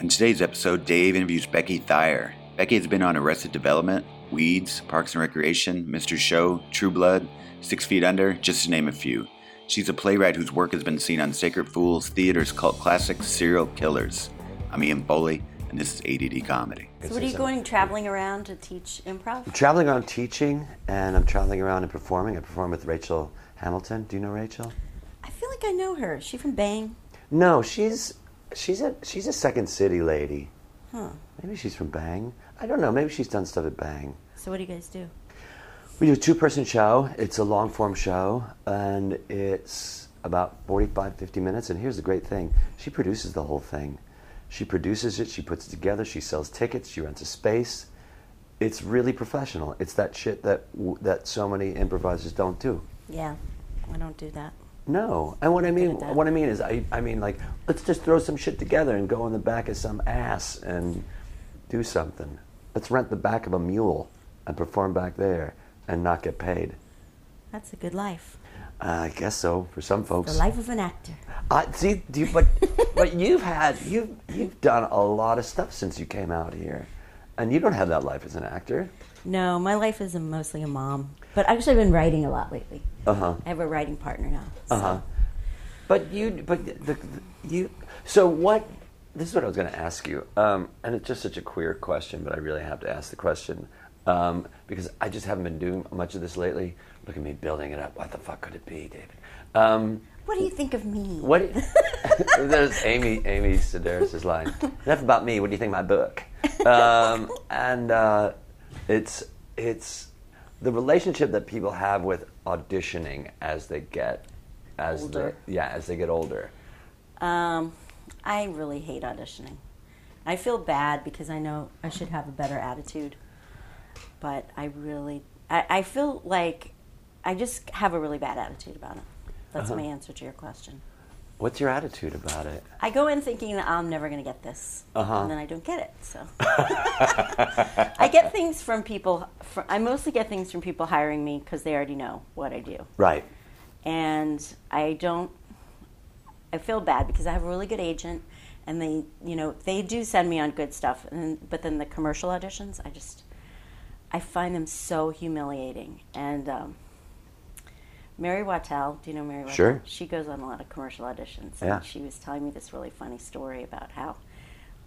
In today's episode, Dave interviews Becky Thayer. Becky has been on Arrested Development, Weeds, Parks and Recreation, Mr. Show, True Blood, Six Feet Under, just to name a few. She's a playwright whose work has been seen on Sacred Fools, theaters, cult classics, serial killers. I'm Ian Foley, and this is ADD Comedy. So, what are you going traveling around to teach improv? traveling around teaching and I'm traveling around and performing. I perform with Rachel Hamilton. Do you know Rachel? I feel like I know her. Is she from Bang? No, she's she's a she's a second city lady. Maybe she's from Bang. I don't know. Maybe she's done stuff at Bang. So, what do you guys do? We do a two person show. It's a long form show and it's about 45 50 minutes and here's the great thing. She produces the whole thing. She produces it, she puts it together, she sells tickets, she rents a space. It's really professional. It's that shit that w- that so many improvisers don't do. Yeah, I don't do that. No, and what I mean, at that. what I mean is, I, I mean, like, let's just throw some shit together and go in the back of some ass and do something. Let's rent the back of a mule and perform back there and not get paid. That's a good life. Uh, I guess so for some The folks. life of an actor. I see, do you, but but you've had you've you've done a lot of stuff since you came out here, and you don't have that life as an actor. No, my life is a, mostly a mom. But actually, I've been writing a lot lately. Uh huh. I have a writing partner now. so- Uh-huh. But you, but the, the, you. So what? This is what I was going to ask you, um, and it's just such a queer question, but I really have to ask the question um, because I just haven't been doing much of this lately. Look at me building it up. What the fuck could it be, David? Um, What do you think of me? what? there's Amy. Amy Sedaris' line. Enough about me. What do you think of my book? Um, and uh, it's it's the relationship that people have with auditioning as they get as Older. the yeah as they get older. Um, I really hate auditioning. I feel bad because I know I should have a better attitude, but I really, I, I feel like I just have a really bad attitude about it. That's Uh-huh. my answer to your question. What's your attitude about it? I go in thinking that I'm never going to get this, Uh-huh. and then I don't get it. So I get things from people. fr I mostly get things from people hiring me because they already know what I do. Right. and I don't. I feel bad because I have a really good agent, and they, you know, they do send me on good stuff. And but then the commercial auditions, I just, I find them so humiliating. And um, Mary Wattel, do you know Mary Wattel? Sure. She goes on a lot of commercial auditions. Yeah. And she was telling me this really funny story about how.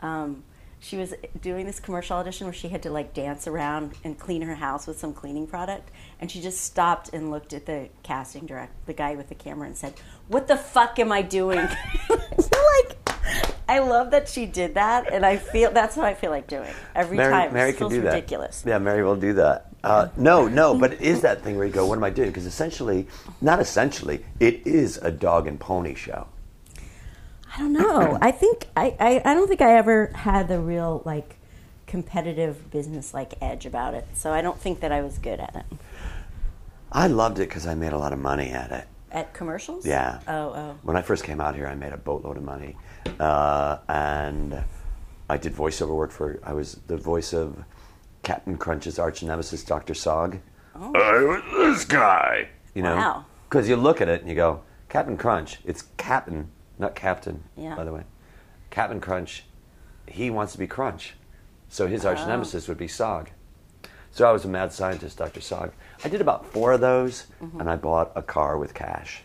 Um, she was doing this commercial audition where she had to like dance around and clean her house with some cleaning product and she just stopped and looked at the casting direct the guy with the camera and said what the fuck am i doing so like i love that she did that and i feel that's what i feel like doing every time Mary it feels can do ridiculous that. Yeah, Mary will do that. Uh, no, no, but it is that thing where you go, what am I doing? Because essentially, not essentially, it is a dog and pony show. I don't know. I think I, I, I don't think I ever had the real like competitive business like edge about it. So I don't think that I was good at it. I loved it because I made a lot of money at it. At commercials? Yeah. Oh, oh. When I first came out here, I made a boatload of money, uh, and I did voiceover work for. I was the voice of Captain Crunch's arch nemesis, Doctor Sog. I was this guy. You know. Oh. Wow. Because you look at it and you go, Captain Crunch. It's Captain, not Captain. Yeah. By the way, Captain Crunch. He wants to be Crunch, so his Oh. arch nemesis would be Sog. So I was a mad scientist, Dr. Sog. I did about four of those, Mm-hmm. and I bought a car with cash.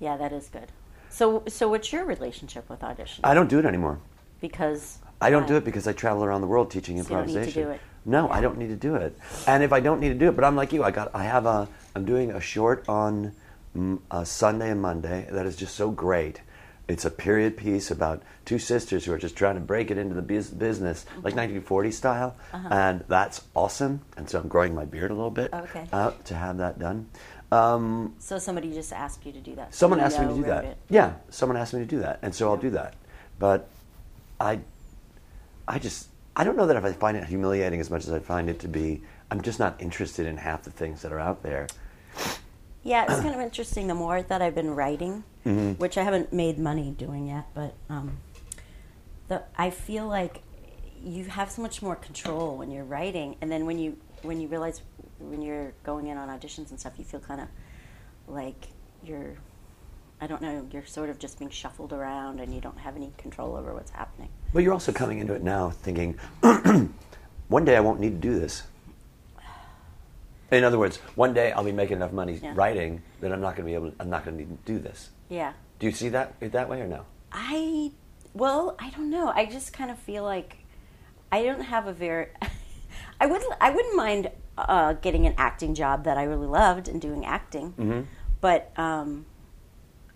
Yeah, that is good. So so what's your relationship with audition? I don't do it anymore. because I don't Right. do it because I travel around the world teaching So you don't need to improvisation. do it. No, I don't need to do it. And if I don't need to do it, but I'm like you, I got, I have a, I'm doing a short on mm, a Sunday and Monday that is just so great. It's a period piece about two sisters who are just trying to break it into the bus- business, Mm-hmm. like 1940 style, Uh-huh. and that's awesome. And so I'm growing my beard a little bit Okay. uh, to have that done. Um, so somebody just asked you to do that. Someone You asked me to know do wrote that. it. Yeah, someone asked me to do that, and so I'll do that. But I, I just I don't know that if I find it humiliating as much as I find it to be. I'm just not interested in half the things that are out there. Yeah, it's kind of interesting. The more that I've been writing, which I haven't made money doing yet, but um, the I feel like you have so much more control when you're writing, and then when you when you realize when you're going in on auditions and stuff, you feel kind of like you're I don't know, you're sort of just being shuffled around and you don't have any control over what's happening. But you're also coming into it now thinking, one day I won't need to do this. In other words, one day I'll be making enough money Yeah. writing that I'm not going to be able. I'm not going to need to do this. Yeah. Do you see that it that way or no? I well, I don't know. I just kind of feel like I don't have a very. I would I wouldn't mind uh, getting an acting job that I really loved and doing acting, Mm-hmm. but um,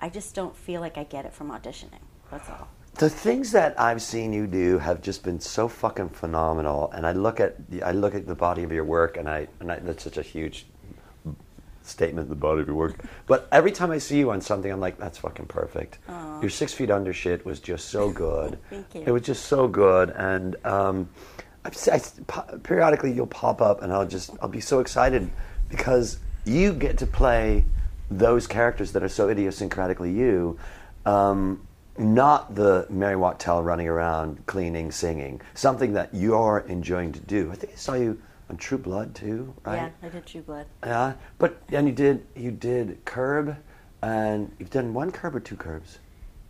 I just don't feel like I get it from auditioning. That's all. The things that I've seen you do have just been so fucking phenomenal, and I look at the, I look at the body of your work, and I and I, that's such a huge statement, the body of your work. But every time I see you on something, I'm like, that's fucking perfect. Your six feet under shit was just so good. Thank you. It was just so good, and um, I've, se- I s- po- periodically you'll pop up, and I'll just I'll be so excited because you get to play those characters that are so idiosyncratically you. Um, not the Mary Wachtell running around cleaning, singing, something that you're enjoying to do. I think I saw you on True Blood too, right? Yeah, I did True Blood. Yeah, but and you did you did curb, and you've done one curb or two curbs.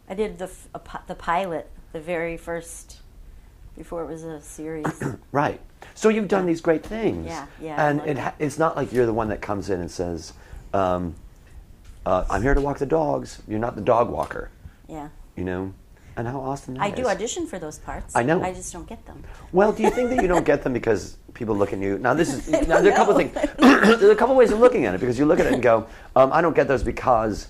I did the f- a, pi- the pilot, the very first, before it was a series. Right. So you've done these great things. Yeah, yeah, I And like it, ha- it's not like you're the one that comes in and says, um, uh, "I'm here to walk the dogs." You're not the dog walker, yeah, you know. And how awesome that I is. do audition for those parts. I know. I just don't get them. Well, do you think that you don't get them because people look at you? Now, this is now, there are a couple of know. things. There's a couple ways of looking at it because you look at it and go, um, "I don't get those because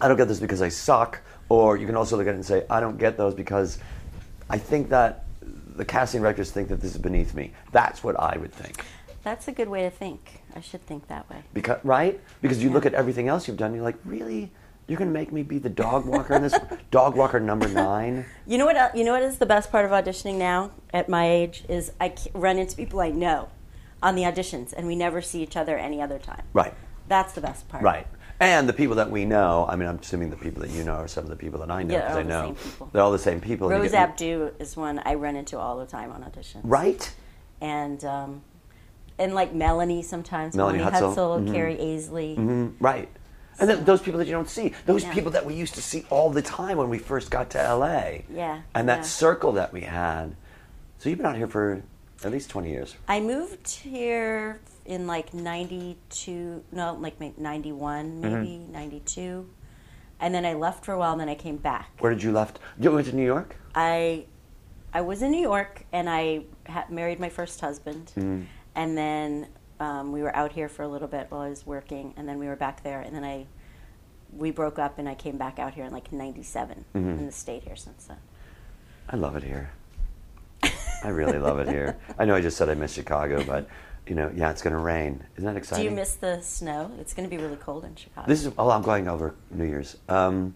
I don't get those because I suck," or you can also look at it and say, "I don't get those because I think that the casting directors think that this is beneath me." That's what I would think. That's a good way to think. I should think that way. because right because you look at everything else you've done you're like really you're gonna make me be the dog walker in this dog walker number nine You know what? el- You know what is the best part of auditioning now at my age is I c- run into people I know on the auditions, and we never see each other any other time. right That's the best part. right and the people that we know i mean i'm assuming the people that you know are some of the people that i know Yeah, because all i the know same people. they're all the same people and you Rose get- Abdu is one I run into all the time on auditions. right And um, and like Melanie sometimes. Melanie Hutzel. Mm-hmm. Carrie Aisley. right and then those people that you don't see those Yeah. people that we used to see all the time when we first got to la Yeah, and that yeah. circle that we had so you've been out here for at least 20 years I moved here in like 92, no, like ma- Mm-hmm. 91, maybe 92. And then I left for a while and then I came back. where did you left you went to new york I I was in New York and I ha- married my first husband, and then um, we were out here for a little bit while I was working, and then we were back there, and then I we broke up and I came back out here in like '97 and stayed here since then. I love it here. I really love it here. I know I just said I miss Chicago, but you know, yeah, it's going to rain. Isn't that Do exciting? you miss the snow? It's going to be really cold in Chicago. This is oh, I'm going over New Year's. Um,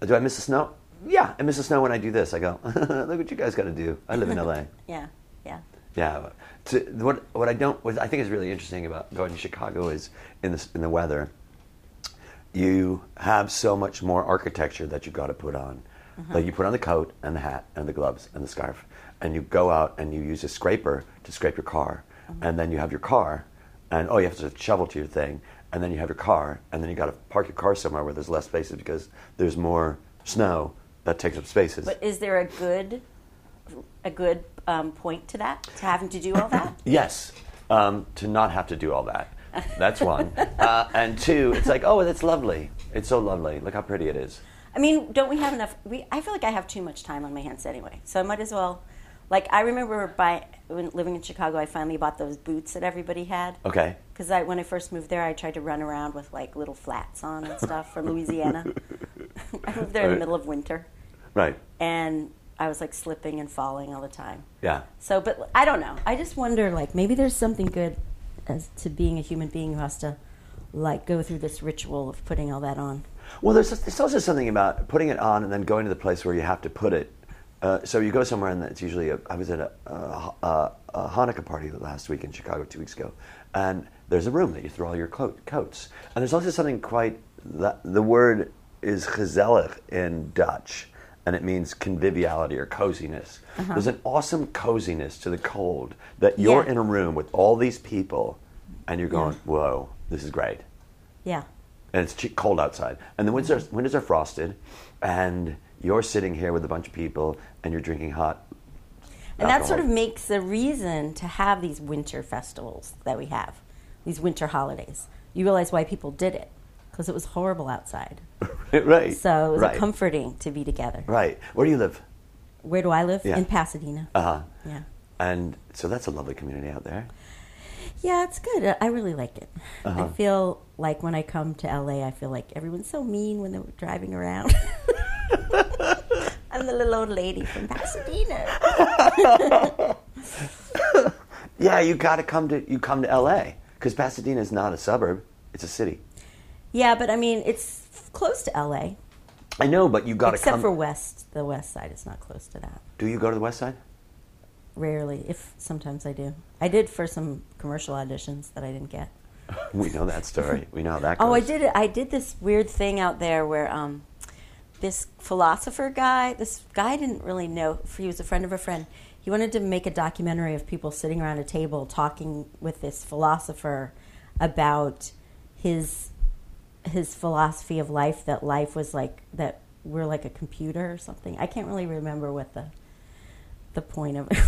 do I miss the snow? Yeah, I miss the snow when I do this. I go, look what you guys got to do. I live in LA. yeah, yeah, Yeah. To, what what I don't what I think is really interesting about going to Chicago is in the in the weather. You have so much more architecture that you got to put on. Like you put on the coat and the hat and the gloves and the scarf, and you go out and you use a scraper to scrape your car, and then you have your car, and oh you have to shovel to your thing, and then you have your car, and then you got to park your car somewhere where there's less spaces because there's more snow that takes up spaces. but is there a good a good um, point to that to having to do all that? Yes, um, to not have to do all that. That's one. uh, and two, it's like, oh, that's lovely. It's so lovely. Look how pretty it is. I mean, don't we have enough? We I feel like I have too much time on my hands anyway, so I might as well. Like I remember by when living in Chicago, I finally bought those boots that everybody had. Okay. Because I, when I first moved there, I tried to run around with like little flats on and stuff from Louisiana. I moved there in the Right. middle of winter, Right. and I was like slipping and falling all the time. Yeah. So, but I don't know. I just wonder, like, maybe there's something good as to being a human being who has to, like, go through this ritual of putting all that on. Well, there's, there's also something about putting it on and then going to the place where you have to put it. Uh, so you go somewhere, and it's usually a, I was at a, a, a, a Hanukkah party last week in Chicago, two weeks ago, and there's a room that you throw all your coat, coats. And there's also something quite the, the word is gezellig in Dutch, and it means conviviality or coziness. There's an awesome coziness to the cold that you're Yeah. in a room with all these people, and you're going, "Whoa, this is great." Yeah. and it's che- cold outside, and the winds are, windows are frosted, and you're sitting here with a bunch of people, and you're drinking hot. And that sort alcohol. of makes the reason to have these winter festivals that we have, these winter holidays. You realize why people did it because it was horrible outside. right. So it was right. comforting to be together. Right. Where do you live? Where do I live? Yeah. In Pasadena. Uh huh. yeah. And so that's a lovely community out there. Yeah, it's good. I- I really like it. Uh-huh. I feel like when I come to LA, I feel like everyone's so mean when they're driving around. I'm the little old lady from Pasadena. Yeah, you got to come to you come to L.A. because Pasadena is not a suburb; it's a city. Yeah, but I mean, it's f- close to LA, I know, but you got to except come. for West. The West Side is not close to that. do you go to the West Side? Rarely, if sometimes I do. I did for some commercial auditions that I didn't get. We know that story. We know how that goes. Oh, I did. I did this weird thing out there where um, this philosopher guy, this guy I didn't really know. He was a friend of a friend. He wanted to make a documentary of people sitting around a table talking with this philosopher about his his philosophy of life. That life was like that we're like a computer or something. I can't really remember what the the point of it.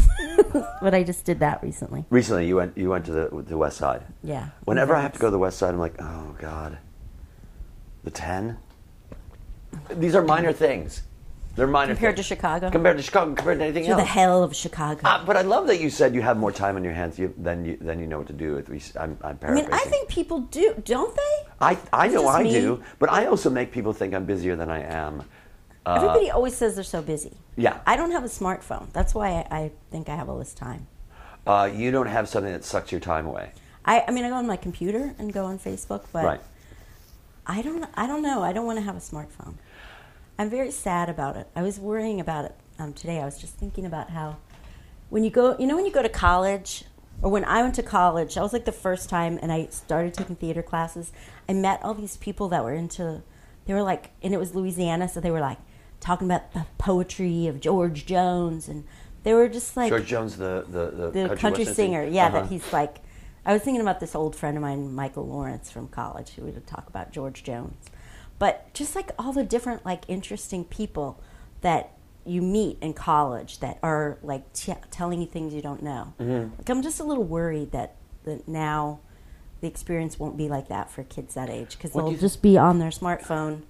but I just did that recently. Recently, you went you went to the the West Side. Yeah. Whenever I have to That's- go to the West Side, I'm like, oh God, the ten. These are minor things. They're minor Compared to things. Chicago? Compared to Chicago. Compared to anything to else. the hell of Chicago. Uh, but I love that you said you have more time on your hands you, than you than you know what to do. At least I'm, I'm I mean, paraphrasing. I think people do, don't they? I, I It's know just I me. do, but I also make people think I'm busier than I am. uh, Everybody always says they're so busy. Yeah. I don't have a smartphone. That's why I, I think I have all this time. Uh, you don't have something that sucks your time away. I, I mean, I go on my computer and go on Facebook, but Right. I don't. I don't know. I don't want to have a smartphone. I'm very sad about it. I was worrying about it um, today. I was just thinking about how when you go, you know, when you go to college, or when I went to college, I was like the first time, and I started taking theater classes. I met all these people that were into. They were like, and it was Louisiana, so they were like talking about the poetry of George Jones, and they were just like George Jones, the the, the, the country, western singer. Yeah, Uh-huh. that he's like. I was thinking about this old friend of mine, Michael Lawrence from college, who would talk about George Jones, but just like all the different like interesting people that you meet in college that are like t- telling you things you don't know. Mm-hmm. Like I'm just a little worried that that now the experience won't be like that for kids that age because What do they'll you- just be on their smartphone.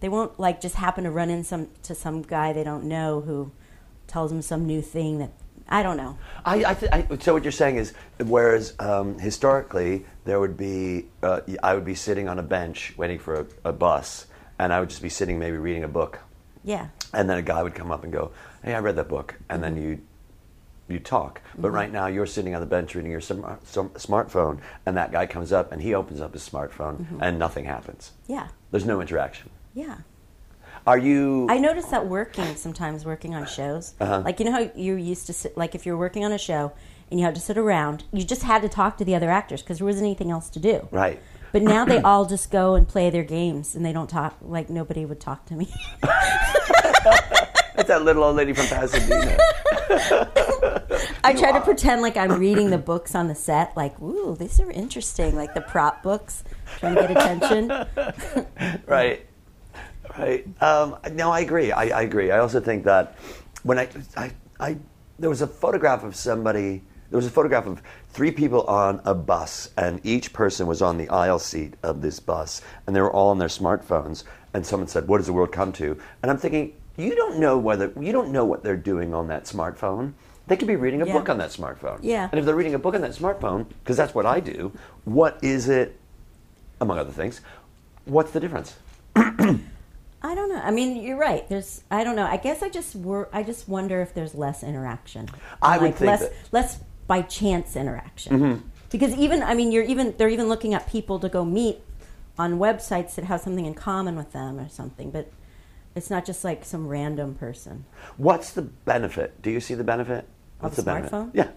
They won't like just happen to run in some to some guy they don't know who tells them some new thing that I don't know. I, I, th- I so what you're saying is, whereas um, historically there would be, uh, I would be sitting on a bench waiting for a, a bus, and I would just be sitting maybe reading a book, Yeah. and then a guy would come up and go, "Hey, I read that book," and then you. You talk, but right now you're sitting on the bench reading your smar- some smartphone, and that guy comes up and he opens up his smartphone, and nothing happens. Yeah. There's no interaction. Yeah. Are you? I notice that working sometimes working on shows. Like you know how you used to sit like if you're working on a show and you had to sit around, you just had to talk to the other actors because there wasn't anything else to do. right. But now they all just go and play their games and they don't talk like nobody would talk to me. That's that little old lady from Pasadena. I try to pretend like I'm reading the books on the set, like, ooh, these are interesting, like the prop books, trying to get attention. right. Right. Um, no, I agree. I, I agree. I also think that when I, I, I, there was a photograph of somebody. There was a photograph of three people on a bus, and each person was on the aisle seat of this bus, and they were all on their smartphones. And someone said, "What does the world come to?" And I'm thinking, you don't know whether you don't know what they're doing on that smartphone. They could be reading a Yeah. book on that smartphone. Yeah. And if they're reading a book on that smartphone, because that's what I do, what is it, among other things, what's the difference? I don't know. I mean, you're right. There's, I don't know. I guess I just were, I just wonder if there's less interaction. I would Like, think less, that- Mm-hmm. less by chance interaction. Because even, I mean, you're even, they're even looking at people to go meet on websites that have something in common with them or something. But it's not just like some random person. What's the benefit? Do you see the benefit? What's a the benefit? smartphone? Yeah.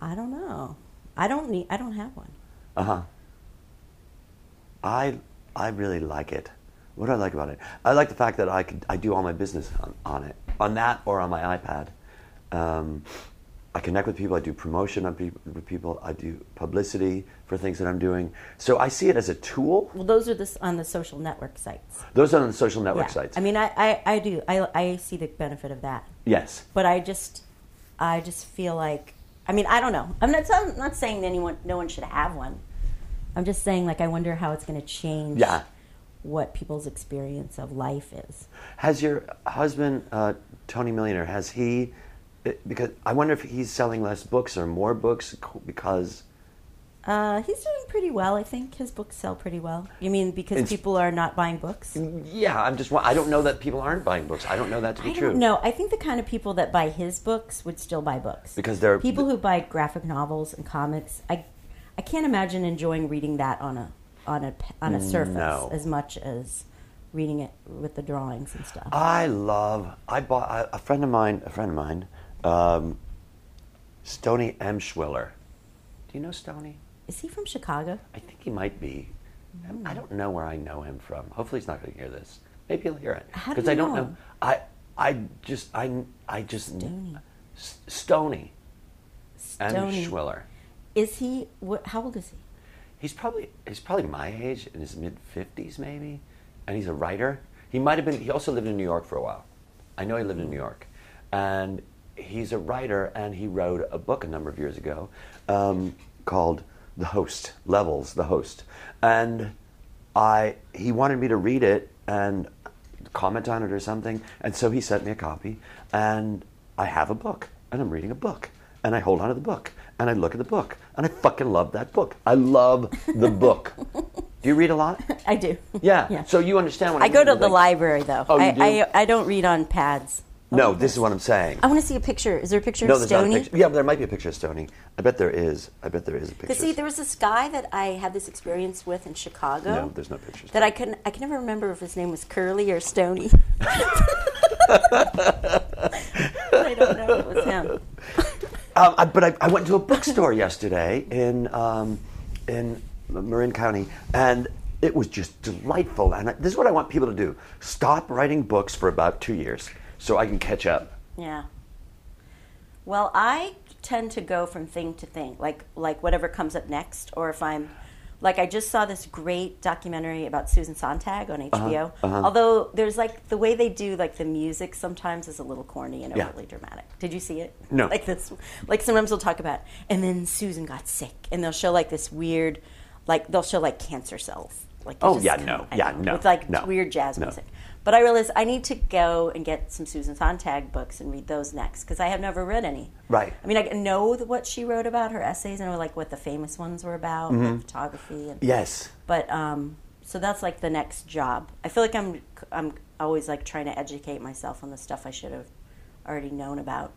I don't know. I don't need. I don't have one. Uh huh. I I really like it. What do I like about it? I like the fact that I could I do all my business on, on it, on that or on my iPad. Um, I connect with people. I do promotion on peop with people. I do publicity for things that I'm doing. So I see it as a tool. Well, those are the, s- on the social network sites. Those are on the social network Yeah. sites. I mean, I, I, I do. I, I see the benefit of that. yes. But I just, I just feel like, I mean, I don't know. I'm not, I'm not saying anyone, no one should have one. I'm just saying, like, I wonder how it's going to change Yeah. what people's experience of life is. Has your husband, uh, Tony Millionaire, has he? it- Because I wonder if he's selling less books or more books co- because Uh, he's doing pretty well, I think. His books sell pretty well. You mean because It's- people are not buying books? yeah, I'm just wa- I don't know that people aren't buying books. I don't know that to be I true. don't know. I think the kind of people that buy his books would still buy books Because they're- people who buy graphic novels and comics. I, I can't imagine enjoying reading that on a on a p- on a surface Mm, No. as much as reading it with the drawings and stuff. I love. I bought I, a friend of mine. A friend of mine, um, Stony M. Schwiller. Do you know Stony? Is he from Chicago? I think he might be. Um, I don't know where I know him from. Hopefully, he's not going to hear this. Maybe he'll hear it How do because you I don't know know. him? I I just I I just Stoney. S- Stony and Stoney. Schwiller. Is he? What, how old is he? He's probably he's probably my age in his mid fifties maybe, and he's a writer. He might have been. He also lived in New York for a while. I know he lived in New York, and he's a writer. And he wrote a book a number of years ago um, called "The Host Levels." The Host, and I he wanted me to read it and comment on it or something, and so he sent me a copy, and I have a book, and I'm reading a book, and I hold on to the book, and I look at the book, and I fucking love that book. I love the book. Do you read a lot? I do. Yeah. Yeah. So you understand what I I'm go to saying, the like- library though. Oh, you I, do? I I don't read on pads. No, this is what I'm saying. I want to see a picture. Is there a picture no, of there's Stony? not a picture. Yeah, but there might be a picture of Stony. I bet there is. I bet there is a picture. Because see, there was this guy that I had this experience with in Chicago. No, there's no pictures. That I couldn't. I can never remember if his name was Curly or Stony. I don't know if it was him. Um, I, but I, I went to a bookstore yesterday in um, in Marin County, and it was just delightful. And I, this is what I want people to do: stop writing books for about two years, so I can catch up. Yeah. Well, I tend to go from thing to thing, like like whatever comes up next, or if I'm like I just saw this great documentary about Susan Sontag on Uh-huh, HBO. Although there's like the way they do like the music sometimes is a little corny and Yeah. overly dramatic. Did you see it? No. Like this, like sometimes they'll talk about, and then Susan got sick, and they'll show like this weird, like they'll show like cancer cells. Like it's Oh, just yeah, kinda- no, I yeah, know, no, with like no, weird jazz no. music. But I realized I need to go and get some Susan Sontag books and read those next because I have never read any. Right. I mean, I know the- what she wrote about her essays and like what the famous ones were about, Mm-hmm. like photography and. Yes. But um, so that's like the next job. I feel like I'm I'm always like trying to educate myself on the stuff I should have already known about.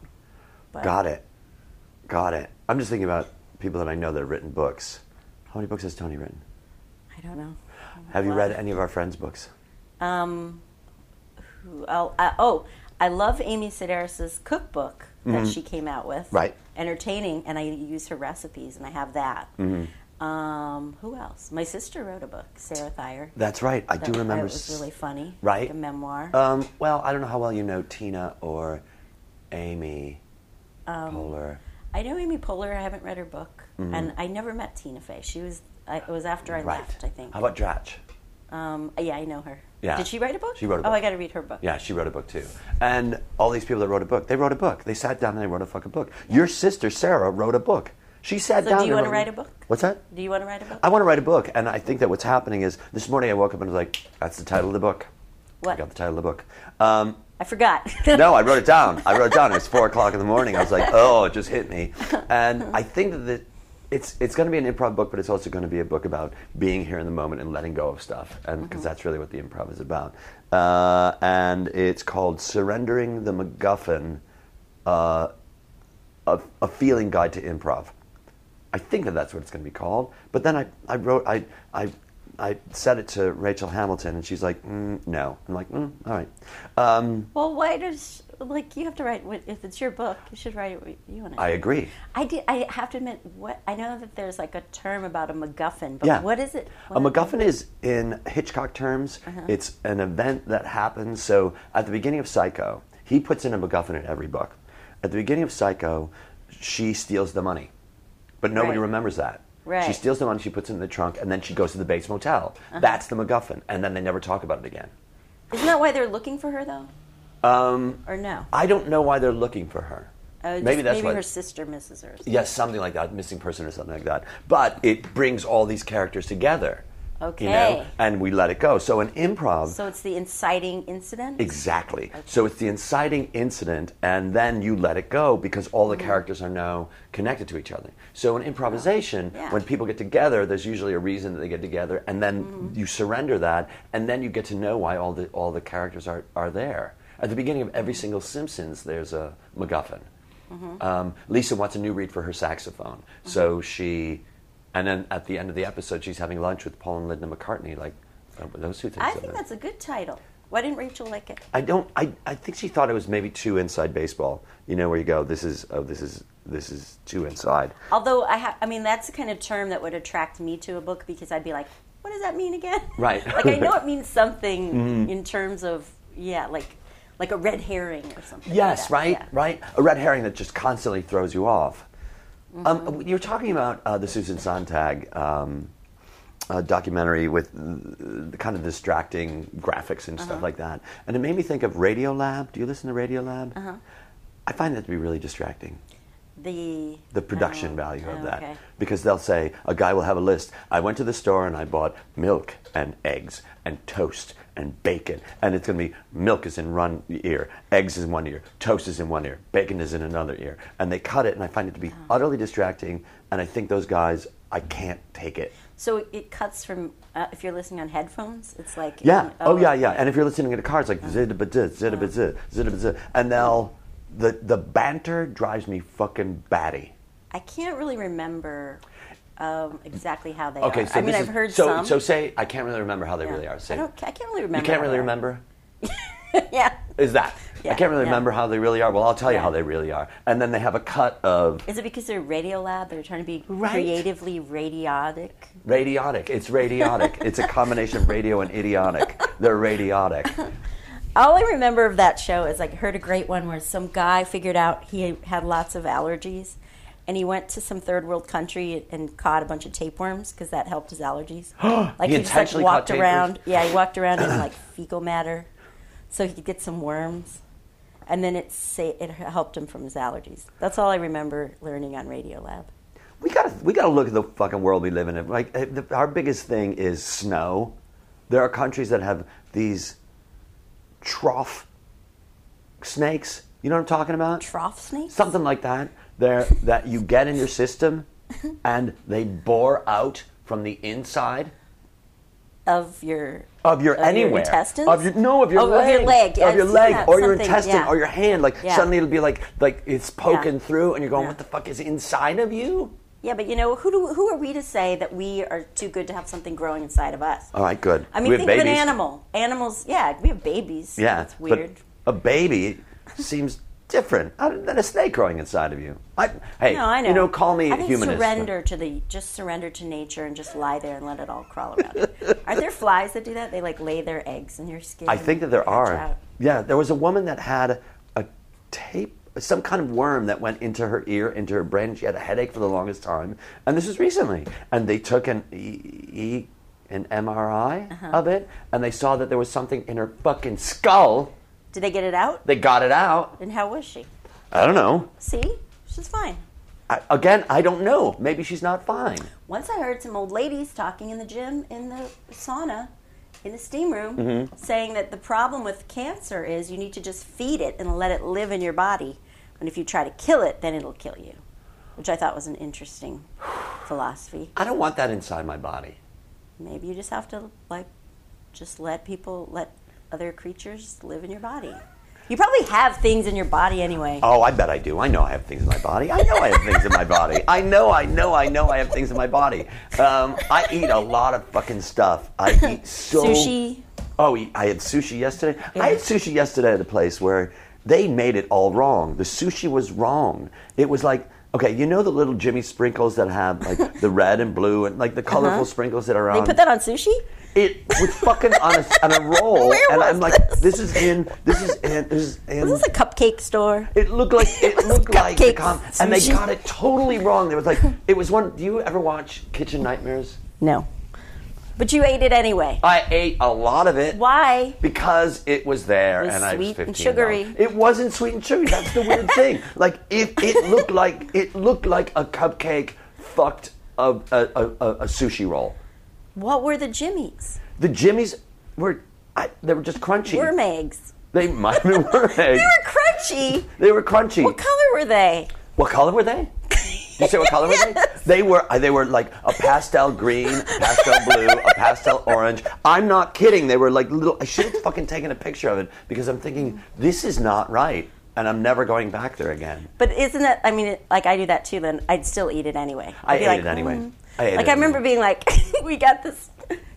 But Got it. Got it. I'm just thinking about people that I know that have written books. How many books has Tony written? I don't know. Have you Well, read any of our friends' books? Um, who, oh, I, oh, I love Amy Sedaris's cookbook that she came out with. Mm-hmm. Right. Entertaining, and I use her recipes, and I have that. Mm-hmm. Um, who else? My sister wrote a book, Sarah Thayer. That's right. I do that remember. It was s- really funny. Right. Like a memoir. Um, well, I don't know how well you know Tina or Amy Um, Poehler. I know Amy Poehler. I haven't read her book, and I never met Tina Fey. She was. I, it was after I Mm-hmm. Right. left, I think. How about Dratch? um, yeah, I know her. Yeah. Did she write a book? She wrote a Oh, book. I got to read her book. Yeah, she wrote a book too. And all these people that wrote a book, they wrote a book. They sat down and they wrote a fucking book. Your sister Sarah wrote a book. She sat So do down. you and wanna wrote write a book? What's that? Do you want to write a book? I want to write a book, and I think that what's happening is this morning I woke up and was like, "That's the title of the book." I What? got the title of the book. Um, I forgot. no, I wrote it down. I wrote it down. It was four o'clock in the morning. I was like, oh, it just hit me. And I think that the, it's it's going to be an improv book, but it's also going to be a book about being here in the moment and letting go of stuff, and because that's really what the improv is about. Uh, and it's called "Surrendering the MacGuffin: uh, a, a Feeling Guide to Improv." I think that that's what it's going to be called. But then I, I wrote I I. I said it to Rachel Hamilton, and she's like, mm, "No." I'm like, mm, "All right." Um, Well, why does like you have to write what- if it's your book? You should write what you want to. I agree. I did. I have to admit, what I know that there's like a term about a MacGuffin, but Yeah. what is it? A MacGuffin is, in Hitchcock terms, Uh-huh. it's an event that happens. So at the beginning of Psycho, he puts in a MacGuffin in every book. At the beginning of Psycho, she steals the money. But nobody Right. remembers that. She Right. Uh-huh. steals the money, she puts it in the trunk, and then she goes to the Bates Motel. That's the MacGuffin. And then they never talk about it again. Isn't that why they're looking for her though? Um, or no? I don't know why they're looking for her. Uh, just maybe that's maybe why- her sister misses her. or something. Yes, something like that, missing person or something like that. But it brings all these characters together. You know, Okay. and we let it go. So in improv, So it's the inciting incident. Exactly. So it's the inciting incident, and then you let it go because all Mm-hmm. the characters are now connected to each other. So in improvisation, Yeah. when people get together, there's usually a reason that they get together, and then Mm-hmm. you surrender that, and then you get to know why all the all the characters are are there. At the beginning of Mm-hmm. every single Simpsons, there's a MacGuffin. Um, Lisa wants a new reed for her saxophone, Mm-hmm. so she, and then at the end of the episode, she's having lunch with Paul and Linda McCartney. Like uh, those two things. I are think there. that's a good title. Why didn't Rachel like it? I don't. I, I think she thought it was maybe too inside baseball. You know where you go. This is oh, this is this is too inside. Although I have, I mean, that's the kind of term that would attract me to a book because I'd be like, what does that mean again? Right. Mm-hmm. like I know it means something in terms of yeah, like like a red herring or something. like Yes, that, right, yeah. right. A red herring that just constantly throws you off. Mm-hmm. Um, you're talking about uh, the Susan Sontag um, uh, documentary with uh, the kind of distracting graphics and Uh-huh. stuff like that, and it made me think of Radiolab. Do you listen to Radiolab? Uh-huh. uh I find that to be really distracting. The the production Oh, value of oh, that okay. because they'll say a guy will have a list i went to the store and i bought milk and eggs and toast and bacon and it's going to be milk is in one ear eggs is in one ear toast is in one ear bacon is in another ear and they cut it and i find it to be Oh. utterly distracting and i think those guys i can't take Oh, it So it cuts from uh, if you're listening on headphones, it's like yeah in- oh, yeah yeah and if you're listening in a car it's Oh. like zid zid zid and they'll the, the banter drives me fucking batty I can't really remember um, exactly how they Okay, are. so I mean, this I've is- heard so, some. So say I can't really remember how they Yeah. really are. Say I, don't, I can't really you remember. can't how really they are. remember. Yeah. Is that I Yeah, can't really yeah. remember how they really are. Well, I'll tell you Yeah. how they really are, and then they have a cut of Is it because they're radio lab? They're trying to be Right. creatively radiotic. radiotic. It's radiotic. it's a combination of radio and idiotic. They're radiotic. All I remember of that show is like heard a great one where some guy figured out he had lots of allergies, and he went to some third world country and caught a bunch of tapeworms because that helped his allergies. like He just like intentionally caught walked tapeworms? around. Yeah, he walked around in like fecal matter, so he could get some worms, and then it sa- it helped him from his allergies. That's all I remember learning on Radio Lab. We gotta we gotta look at the fucking world we live in. Like eh, the, our biggest thing is snow. There are countries that have these trough snakes. You know what I'm talking about? Trough snakes. something like that there that you get in your system and they bore out from the inside of your of your Of your anywhere intestines? of your no of your Oh, leg of your leg. of I've your seen leg that, or your something, intestine yeah. or your hand like Yeah. suddenly it'll be like like it's poking Yeah. through and you're going Yeah. what the fuck is inside of you yeah, but you know who do, who are we to say that we are too good to have something growing inside of us? all right good I mean, We have think of an babies. animal. Animals, yeah, we have babies. yeah that's weird. but a baby seems different uh, than a snake growing inside of you I, hey no, I know. you know call me I think humanist surrender to the just surrender to nature and just lie there and let it all crawl around. you. Aren't there flies that do that? They like lay their eggs in your skin. I think that there and are. hatch out. Yeah, there was a woman that had a tape, some kind of worm that went into her ear, into her brain. She had a headache for the longest time, and this was recently. And they took an e, e an MRI of it, and they saw that there was something in her fucking skull. Did they get it out? They got it out. And how was she? I don't know. See, she's fine. I, again, I don't know. Maybe she's not fine. Once I heard some old ladies talking in the gym, in the sauna, in the steam room, saying that the problem with cancer is you need to just feed it and let it live in your body. And if you try to kill it, then it'll kill you, which I thought was an interesting philosophy. I don't want that inside my body. Maybe you just have to, like, just let people, let other creatures live in your body. You probably have things in your body anyway. Oh, I bet I do. I know I have things in my body. I know I have things in my body. I know, I know, I know I have things in my body. Um, I eat a lot of fucking stuff. I eat so. Sushi. Oh, e- I had sushi yesterday. I had sushi yesterday at a place where they made it all wrong. The sushi was wrong. It was like, okay, you know the little Jimmy sprinkles that have like the red and blue and like the colorful sprinkles that are Uh-huh. They on. put that on sushi? it was fucking on a, on a roll, Where and was I'm like, this? this is in, this is in, this is in. This is a cupcake store. It looked like it was looked like the cupcakes, com- and they sushi. got it totally wrong. There was like it was one. Do you ever watch Kitchen Nightmares? No. But you ate it anyway. I ate a lot of it. Why? Because it was there, It was and I was sweet 15 and sugary. It wasn't sweet and sugary. That's the weird thing. Like it, it looked like it looked like a cupcake fucked a, a, a, a- a sushi roll. What were the jimmies? The jimmies were I, they were just crunchy. Worm eggs. They might have been worm They eggs. were crunchy. They were crunchy. What color were they? What color were they? You say what color were they? Yes. They were uh, they were like a pastel green, pastel blue, a pastel orange. I'm not kidding. They were like little. I should have fucking taken a picture of it because I'm thinking this is not right, and I'm never going back there again. But isn't that? I mean, it, like I do that too. Then I'd still eat it anyway. I'd I be ate like, it anyway. "Mm." I ate like it I remember anyway. being like, we got this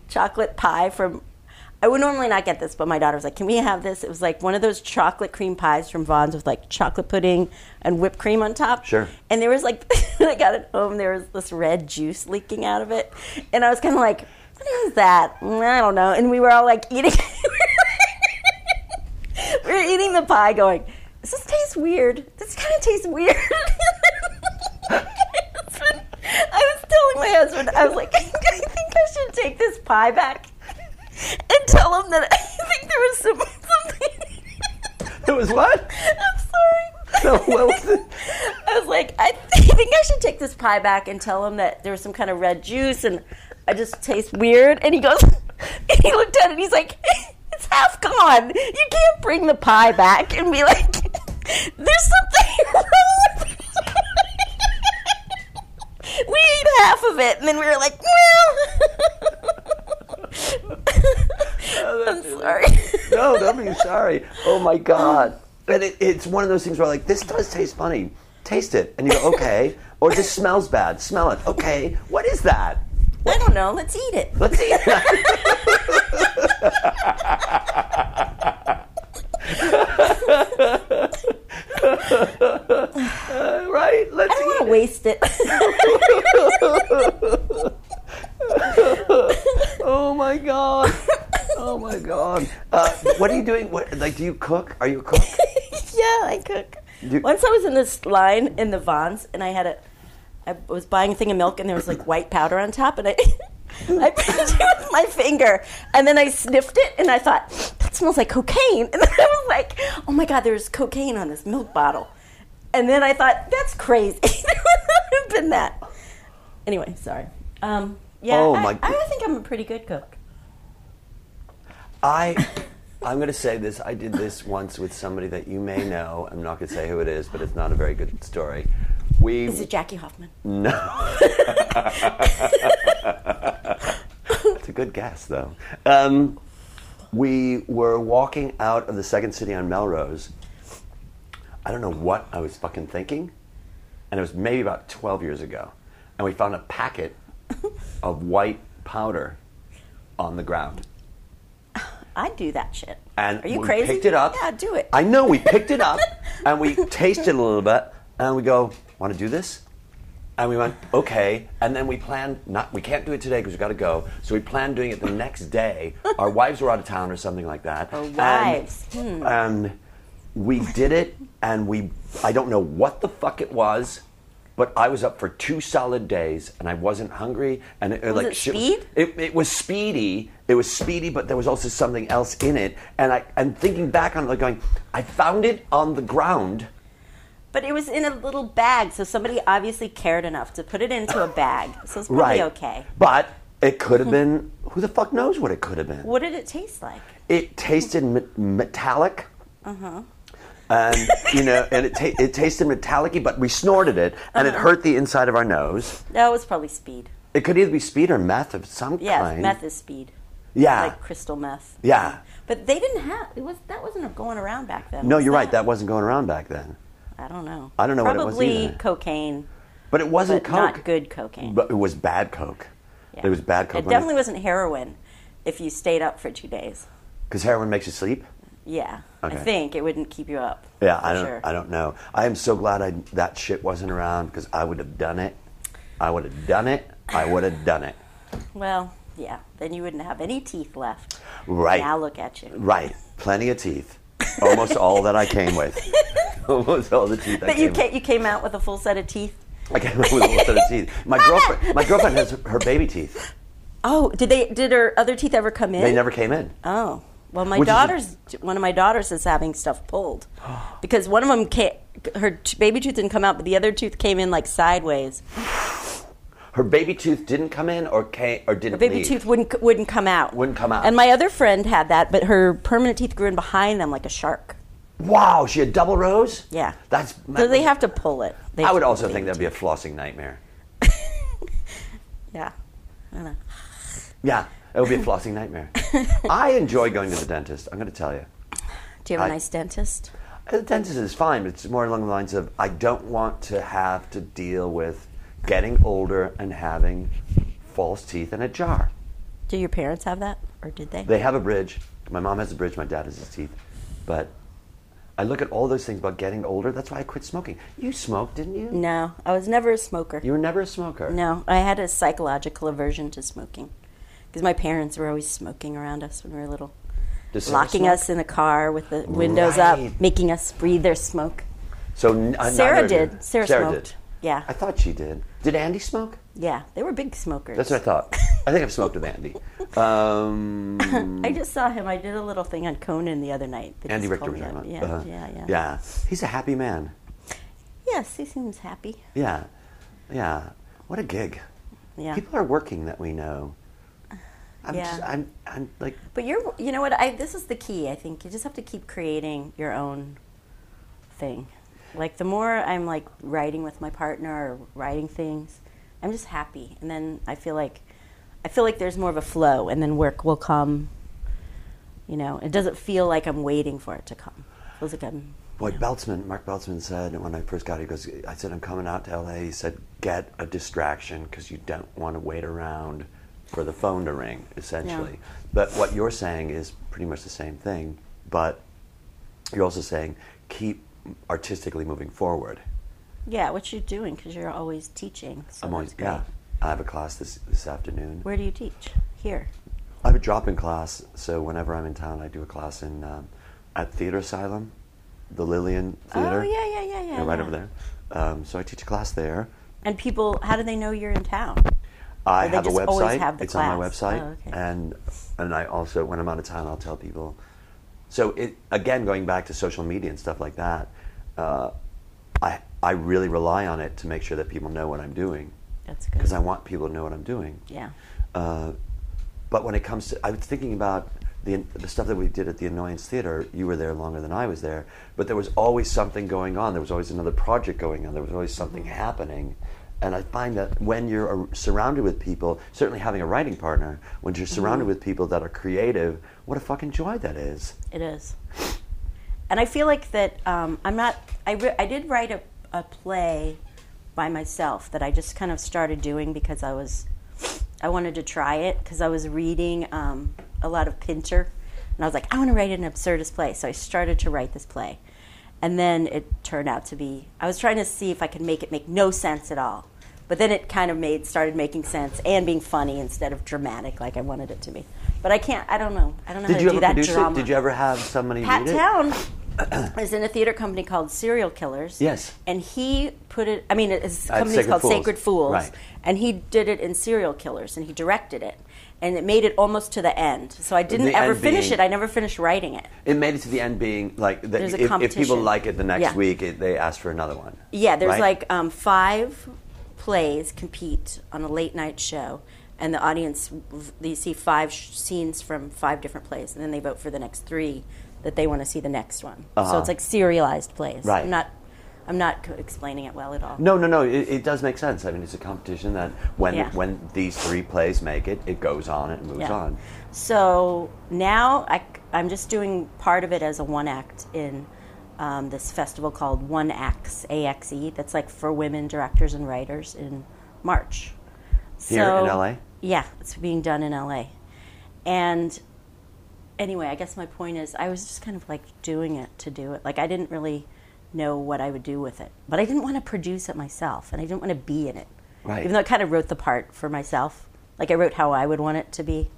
chocolate pie from. I would normally not get this, but my daughter was like, "Can we have this?" It was like one of those chocolate cream pies from Vaughn's with like chocolate pudding and whipped cream on top. Sure. And there was like, when I got it home, there was this red juice leaking out of it, and I was kind of like, "What is that?" "Mm, I don't know. And we were all like eating. we were eating the pie, going, "Does this taste weird? This kind of tastes weird." I was telling my husband, I was like, "I think I should take this pie back and tell him that I think there was some, something." It was what? I'm sorry. No, what was it? I was like, I, th- I think I should take this pie back and tell him that there was some kind of red juice and I just taste weird. And he goes, and he looked at it and he's like, it's half gone. You can't bring the pie back and be like, there's something wrong with it. We ate half of it and then we were like, Oh, well. I'm sorry. No, don't be sorry. Oh my god. And it, it's one of those things where like this does taste funny. Taste it, and you go okay, or this smells bad. Smell it. Okay, what is that? I don't know. Let's eat it. Let's see. right? Let's I don't eat. want to waste it. Oh my god. Oh my god. Uh, what are you doing? What, like, do you cook? Are you a cook? yeah, I cook. You- Once I was in this line in the Vons, and I had a, I was buying a thing of milk, and there was like white powder on top, and I, I pinched it with my finger, and then I sniffed it, and I thought that smells like cocaine, and then I was like, oh my god, there's cocaine on this milk bottle, and then I thought that's crazy. there would not have been that. Anyway, sorry. Um, yeah, Oh, I- my- I think I'm a pretty good cook. I. I'm going to say this. I did this once with somebody that you may know. I'm not going to say who it is, but it's not a very good story. We Is it Jackie Hoffman? Mm. It's a good guess, though. Um, we were walking out of the second city on Melrose. I don't know what I was fucking thinking, and it was maybe about 12 years ago. And we found a packet of white powder on the ground. I'd do that shit. And Are you we crazy? picked it up. Yeah, do it. I know we picked it up and we tasted a little bit and we go, want to do this? And we went, okay. And then we planned, not, we can't do it today because we got to go. So we planned doing it the next day. Our wives were out of town or something like that. Our wives. And, and Oh we did it and we, I don't know what the fuck it was. But I was up for two solid days, and I wasn't hungry. And it, was like it shit was- speed? it, it was speedy. It was speedy, but there was also something else in it. And I, I'm thinking back on it, like going, I found it on the ground. But it was in a little bag, so somebody obviously cared enough to put it into a bag. So it's probably Right. okay. But it could have been. Who the fuck knows what it could have been? What did it taste like? It tasted me- metallic. Uh-huh. And you know, and it ta- it tasted metallic, but we snorted it, and Uh-huh. it hurt the inside of our nose. No, it was probably speed. It could either be speed or meth of some Yeah, kind. meth is speed. Yeah. Like crystal meth. yeah. But they didn't have it was that wasn't going around back then. No, was you're right. that? That wasn't going around back then. I don't know. I don't know what it probably was either. cocaine, But it wasn't but coke. not good cocaine. But it was bad coke. Yeah. It was bad coke. It definitely wasn't heroin if you stayed up for two days. because heroin makes you sleep. Yeah. I Okay. think it wouldn't keep you up. Yeah, for I don't. sure. I don't know. I am so glad I, that shit wasn't around because I would have done it. I would have done it. I would have done it. Well, Yeah, then you wouldn't have any teeth left. Right. Now look at you. Right. Plenty of teeth. Almost all that I came with. Almost all the teeth I But you came came, you came out with a full set of teeth. with. I came with a whole set of teeth. My girlfriend, my girlfriend has her baby teeth. Oh, did they? Did her other teeth ever come in? They never came in. Oh, well, my Which is a- daughter's one of my daughters is having stuff pulled because one of them ca her t- baby tooth didn't come out, but the other tooth came in like sideways. Her baby tooth didn't come in or came or didn't Her baby leave. tooth wouldn't c- wouldn't come out. Wouldn't come out. And my other friend had that, but her permanent teeth grew in behind them like a shark. Wow, she had double rows? Yeah. That's So they have to pull it. They I have would to also pull think the that'd be a flossing nightmare. teeth. yeah. I don't know. Yeah, it would be a flossing nightmare. I enjoy going to the dentist. I'm going to tell you. Do you have a I- nice dentist? The dentist is fine, but it's more along the lines of I don't want to have to deal with getting older and having false teeth in a jar. Do your parents have that, or did they? They have a bridge. My mom has a bridge. My dad has his teeth. But I look at all those things about getting older. That's why I quit smoking. You smoked, didn't you? no, I was never a smoker. You were never a smoker. No, I had a psychological aversion to smoking because my parents were always smoking around us when we were little, Does Sarah locking smoke? us in the car with the windows Right. up, making us breathe their smoke. So n- uh, Sarah neither of you- did. Sarah, smoked. did. Yeah, I thought she did. Did Andy smoke? yeah, they were big smokers. That's what I thought. I think I've smoked with Andy. Um, I just saw him. I did a little thing on Conan the other night. They Andy just Richter called was talking me up. about. Yeah, uh, yeah, yeah, Yeah. He's a happy man. Yes, he seems happy. Yeah. Yeah. What a gig. Yeah, People are working that we know. I'm Yeah. just, I'm, I'm like, but you're. You know what? I this is the key. I think you just have to keep creating your own thing. Like the more I'm like writing with my partner or writing things, I'm just happy, and then I feel like I feel like there's more of a flow, and then work will come. You know, it doesn't feel like I'm waiting for it to come. It feels like I'm. boy, Beltzman, Mark Beltzman said when I first got here, he goes, I said, I'm coming out to LA. He said, get a distraction because you don't want to wait around for the phone to ring, essentially. But what you're saying is pretty much the same thing, but you're also saying keep artistically moving forward. Yeah, what you're doing because you're always teaching. So I'm Oh, always, that's great. yeah. I have a class this, this afternoon. Where do you teach? Here. I have a drop in class, so whenever I'm in town, I do a class in um, at Theater Asylum, the Lillian Theater. Oh yeah, yeah, yeah, yeah. yeah, right yeah. over there. Um, so I teach a class there. And people, how do they know you're in town? I Or they have a just always website. have the it's on my class? website, Oh, okay. and and I also when I'm out of town, I'll tell people. So it again going back to social media and stuff like that, uh, I I really rely on it to make sure that people know what I'm doing That's good. because I want people to know what I'm doing. yeah. Uh, but when it comes to, I was thinking about the, the stuff that we did at the Annoyance Theater. You were there longer than I was there, but there was always something going on. There was always another project going on. There was always something Mm-hmm. happening. And I find that when you're uh, surrounded with people, certainly having a writing partner, when you're surrounded Mm-hmm. with people that are creative, what a fucking joy that is. It is. And I feel like that um, I'm not, I, re- I did write a, a play by myself that I just kind of started doing because I was, I wanted to try it because I was reading um, a lot of Pinter. And I was like, I want to write an absurdist play. So I started to write this play. And then it turned out to be, I was trying to see if I could make it make no sense at all. But then it kind of made, started making sense and being funny instead of dramatic like I wanted it to be. But I can't, I don't know. I don't know Did how you to do ever that produce drama. it? Did you ever have somebody Pat read it? Town is in a theater company called Serial Killers. Yes. And he put it, I mean, his Uh, company's Sacred called Fools. Sacred Fools. Right. And he did it in Serial Killers and he directed it. And it made it almost to the end. So I didn't The ever end finish being- it. I never finished writing it. It made it to the end being like, that There's a if, if people competition. like it the next Yeah. week, it, they ask for another one. Yeah, there's Right? like um, five plays compete on a late night show, and the audience v- they see five sh- scenes from five different plays, and then they vote for the next three that they want to see the next one. So it's like serialized plays. Uh-huh. Right. I'm not, I'm not c- explaining it well at all. No, no, no. It, it does make sense. I mean, it's a competition that when Yeah. when these three plays make it, it goes on and moves Yeah. on. So now I, am just doing part of it as a one act in um, this festival called One Acts, AXE, E, that's like for women directors and writers in March. Here in LA? Yeah, it's being done in LA. And anyway, I guess my point is I was just kind of like doing it to do it. Like I didn't really know what I would do with it, but I didn't want to produce it myself and I didn't want to be in it. Right. Even though I kind of wrote the part for myself Like I wrote how I would want it to be.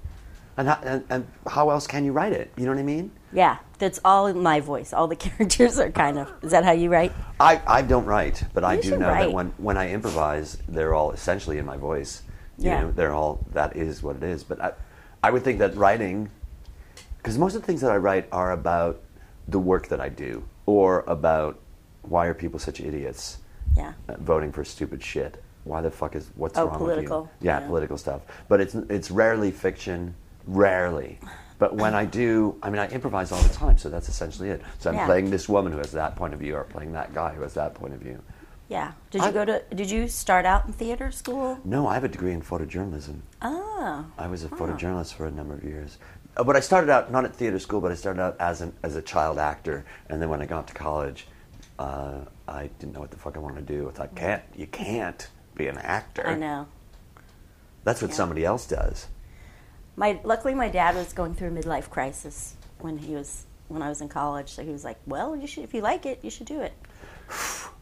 And how, and, and how else can you write it? You know what I mean? Yeah, that's all in my voice. All the characters are kind of. Is that how you write? I, I don't write, but I You do should know that write. when, when I improvise, they're all essentially in my voice. You Yeah. know, they're all that is what it is. But I, I would think that writing, because most of the things that I write are about the work that I do, or about why are people such idiots Yeah. uh, voting for stupid shit. Why the fuck is what's Oh, wrong political. with you? Yeah, Yeah. political stuff. But it's it's rarely fiction, rarely. But when I do, I mean, I improvise all the time, so that's essentially it. So I'm Yeah. playing this woman who has that point of view, or playing that guy who has that point of view. Yeah. Did you I- go to? Did you start out in theater school? No, I have a degree in photojournalism. Oh. I was a photojournalist for a number of years. Uh, But I started out not at theater school, but I started out as an as a child actor, and then when I got to college, uh, I didn't know what the fuck I wanted to do. I thought, can't you can't be an actor? I know. That's what somebody else does. My luckily, my dad was going through a midlife crisis when he was when I was in college. So he was like, "Well, you should if you like it, you should do it."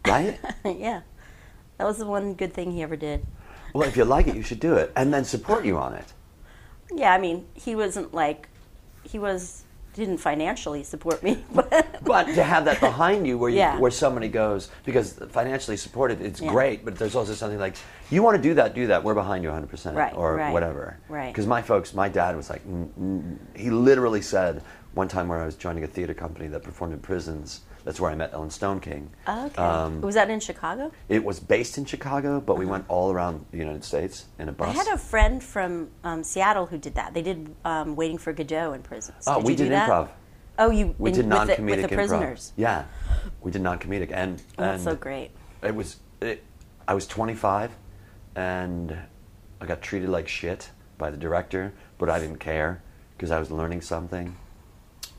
right? yeah, that was the one good thing he ever did. Well, if you like it, you should do it, and then support you on it. Yeah, I mean, he wasn't like he was didn't financially support me, but But to have that behind you, where you, Yeah. where somebody goes, because financially supported, it's Yeah. great. But there's also something like, you want to do that, do that. We're behind you 100, percent Right, or right, whatever. right. Because my folks, my dad was like, mm, mm. he literally said one time where I was joining a theater company that performed in prisons. That's where I met Ellen Stone King. okay. Um, was that in Chicago? it was based in Chicago, but we went all around the United States in a bus. I Uh-huh. had a friend from um, Seattle who did that. They did um, Waiting for Godot in prisons. oh, we you do did that? improv. Oh, you We in- did with the, non-comedic with the improv. prisoners. Yeah, we did non-comedic, and, Oh, and That's so great. It was. It, I was 25, and I got treated like shit by the director, but I didn't care because I was learning something.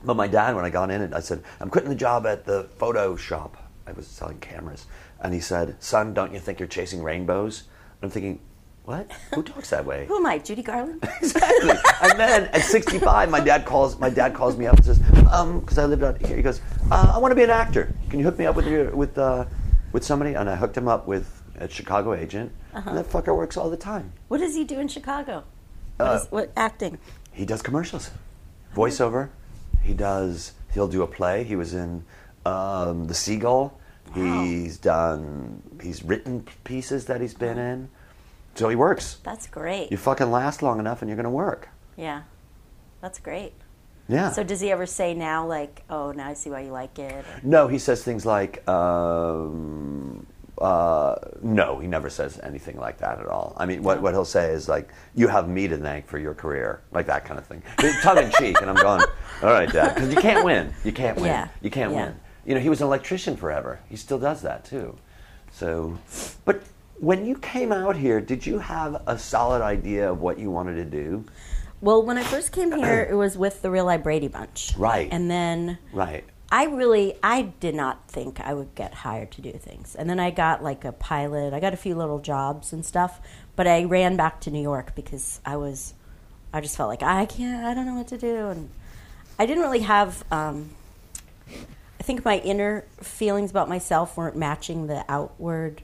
But my dad, when I got in it, I said, "I'm quitting the job at the photo shop." I was selling cameras, and he said, "Son, don't you think you're chasing rainbows?" And I'm thinking, "What? Who talks that way?" Who am I, Judy Garland? Exactly. and then at 65, my dad calls. My dad calls me up and says, "Um, because I lived out here." He goes, uh, "I want to be an actor. Can you hook me up with your with uh, with somebody?" And I hooked him up with a Chicago agent, and that fucker works all the time. what does he do in Chicago? Uh, What, is, what acting? He does commercials, voiceover. He does. He'll do a play. He was in um, the Seagull. He's done. He's written pieces that he's been in. So he works. That's great. You fucking last long enough, and you're gonna work. yeah, that's great. Yeah. So does he ever say now, like, oh, now I see why you like it? or- No, he says things like, um, uh, no, he never says anything like that at all. I mean, what, what he'll say is like, you have me to thank for your career, like that kind of thing. It's Tongue in cheek, and I'm going, all right, Dad, because you can't win. You can't win. Yeah, You can't yeah. win. You know, he was an electrician forever. He still does that, too. So, but when you came out here, did you have a solid idea of what you wanted to do? Well, when I first came here, it was with the Real Life Brady Bunch. Right. And then Right. I really, I did not think I would get hired to do things. And then I got like a pilot. I got a few little jobs and stuff. But I ran back to New York because I was, I just felt like I can't, I don't know what to do. And I didn't really have, um, I think my inner feelings about myself weren't matching the outward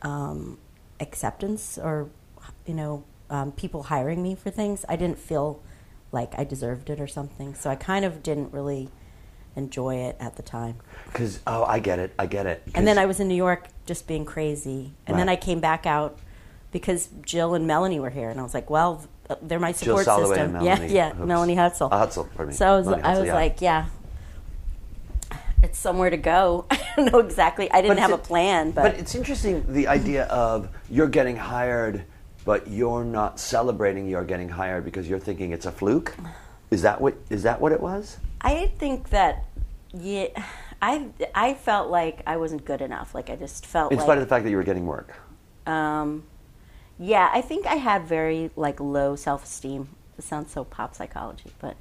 um, acceptance or, you know, um, people hiring me for things. I didn't feel like I deserved it or something. So I kind of didn't really enjoy it at the time. Because, oh, I get it. I get it. And then 'Cause- I was in New York just being crazy. And then Right. I came back out because Jill and Melanie were here. And I was like, well, they're my Jill support Soloway system. and Melanie yeah, yeah, Hoops. Melanie Hutzel. Oh, Hutzel, pardon me. So I was, Melanie I Hutzel, was yeah. like, yeah, it's somewhere to go. I don't know exactly. I didn't But have a it's- plan, but, But it's interesting the idea of you're getting hired, but you're not celebrating you're getting hired because you're thinking it's a fluke. Is that what is that what it was? I think that yeah, I I felt like I wasn't good enough. Like I just felt In like spite of the fact that you were getting work. um, yeah, I think I had very like low self esteem. It sounds so pop psychology, but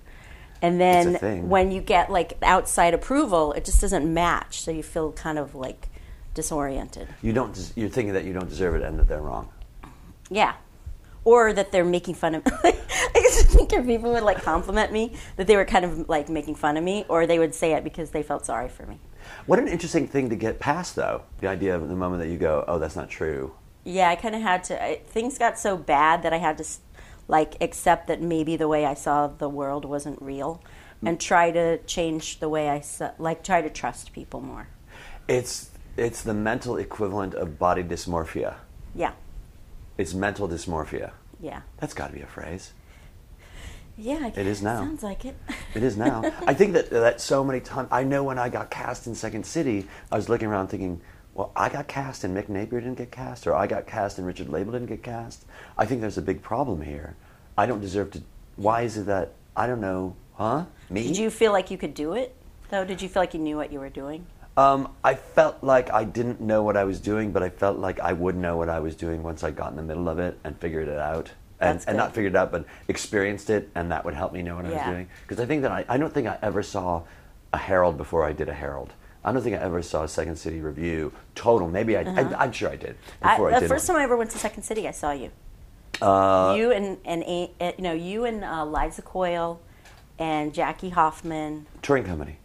and a thing. then when you get like outside approval, it just doesn't match. So you feel kind of like disoriented. You don't. des- You're thinking that you don't deserve it and that they're wrong. Yeah. Or that they're making fun of. I used to think if people would like compliment me, that they were kind of like making fun of me, or they would say it because they felt sorry for me. What an interesting thing to get past, though. The idea of the moment that you go, "Oh, that's not true." Yeah, I kind of had to. I, things got so bad that I had to. s- like accept that maybe the way I saw the world wasn't real, and try to change the way I saw, like try to trust people more. It's it's the mental equivalent of body dysmorphia. Yeah, It's mental dysmorphia. yeah, That's got to be a phrase. yeah. I guess. is now. Sounds like it. It is now. I think that that so many times. I know when I got cast in Second City, I was looking around thinking, well, I got cast and Mick Napier didn't get cast, or I got cast and Richard Label didn't get cast. I think there's a big problem here. I don't deserve to. Why is it that I don't know? Huh? Me? Did you feel like you could do it though? Did you feel like you knew what you were doing? Um, I felt like I didn't know what I was doing, but I felt like I would know what I was doing once I got in the middle of it and figured it out. And, That's and good. not figured it out, but experienced it, and that would help me know what I was Yeah. doing. Because I think that I, I don't think I ever saw a Herald before I did a Herald. I don't think I ever saw a Second City Review total. Maybe I, I, am sure I did Uh-huh. I, before I, the did. first one. Uh, time I ever went to Second City, I saw you. you and and A- uh, you know you and uh, Liza Coyle and Jackie Hoffman. touring company.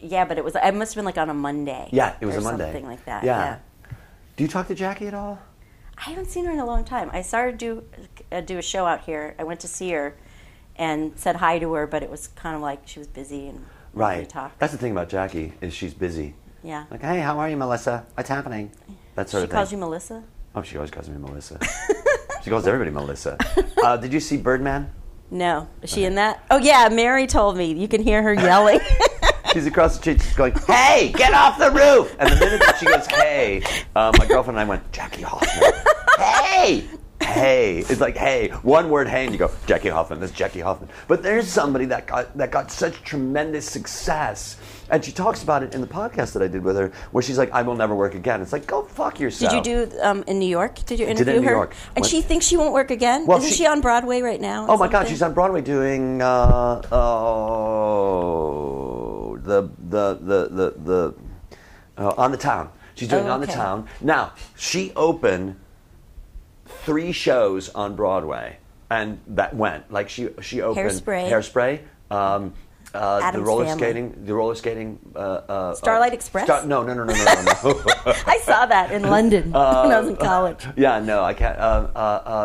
Yeah, but it was I must have been like on a Monday. Yeah, it was or a Monday. something like that. Yeah. yeah. Do you talk to Jackie at all? I haven't seen her in a long time. I saw her do uh, do a show out here. I went to see her and said hi to her, but it was kind of like she was busy and we Right. talked. That's the thing about Jackie is she's busy. yeah. Like, hey, how are you, Melissa? What's happening? That sort she of thing. calls you Melissa. Oh, she always calls me Melissa. she calls everybody Melissa. Uh, did you see Birdman? No, is she in that? Oh yeah, Mary told me you can hear her yelling. She's across the street. She's going, "Hey, get off the roof!" And the minute that she goes, "Hey," uh, my girlfriend and I went, "Jackie Hoffman." hey, hey. It's like, "Hey," one word, "Hey," and you go, "Jackie Hoffman." That's Jackie Hoffman. But there's somebody that got that got such tremendous success, and she talks about it in the podcast that I did with her, where she's like, "I will never work again." It's like, go fuck yourself. Did you do um, in New York? Did you did interview in New her? York. And What- she thinks she won't work again. Well, Isn't she- she, on Broadway right now? or Oh my God, something? she's on Broadway doing uh, oh the the the the, the uh, on the town. She's doing Oh, on the okay. town now. She opened three shows on Broadway, and that went like she she opened Hairspray. Hairspray. Um, uh, the Addams roller Family. skating, the roller skating. Uh, uh, Starlight uh, Express? Star- no, no, no, no, no, no. no. I saw that in London when I was Uh, in college. yeah, no, I can't. Uh, uh,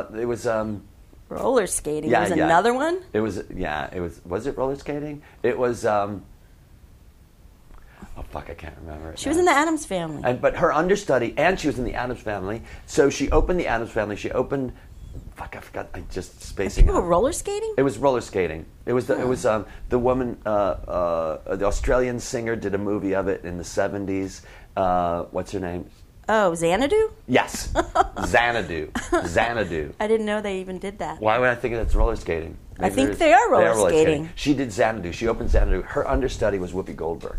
uh, it was. Um, Roller skating. yeah, There's yeah. another one. It was yeah. It was was it roller skating? It was. um Oh fuck! I can't remember. She was in the Adams Family. And but her understudy, and she was in the Adams Family. So she opened the Adams Family. She opened. Fuck! I forgot. I just spacing People were out. roller skating. It was roller skating. It was the, it was um, the woman uh, uh, the Australian singer did a movie of it in the seventies. Uh, what's her name? Oh, Xanadu. Yes, Xanadu. Xanadu. I didn't know they even did that. Why would I think that's roller skating? I Maybe think there's- they are roller skating. She did Xanadu. She opened Xanadu. Her understudy was Whoopi Goldberg.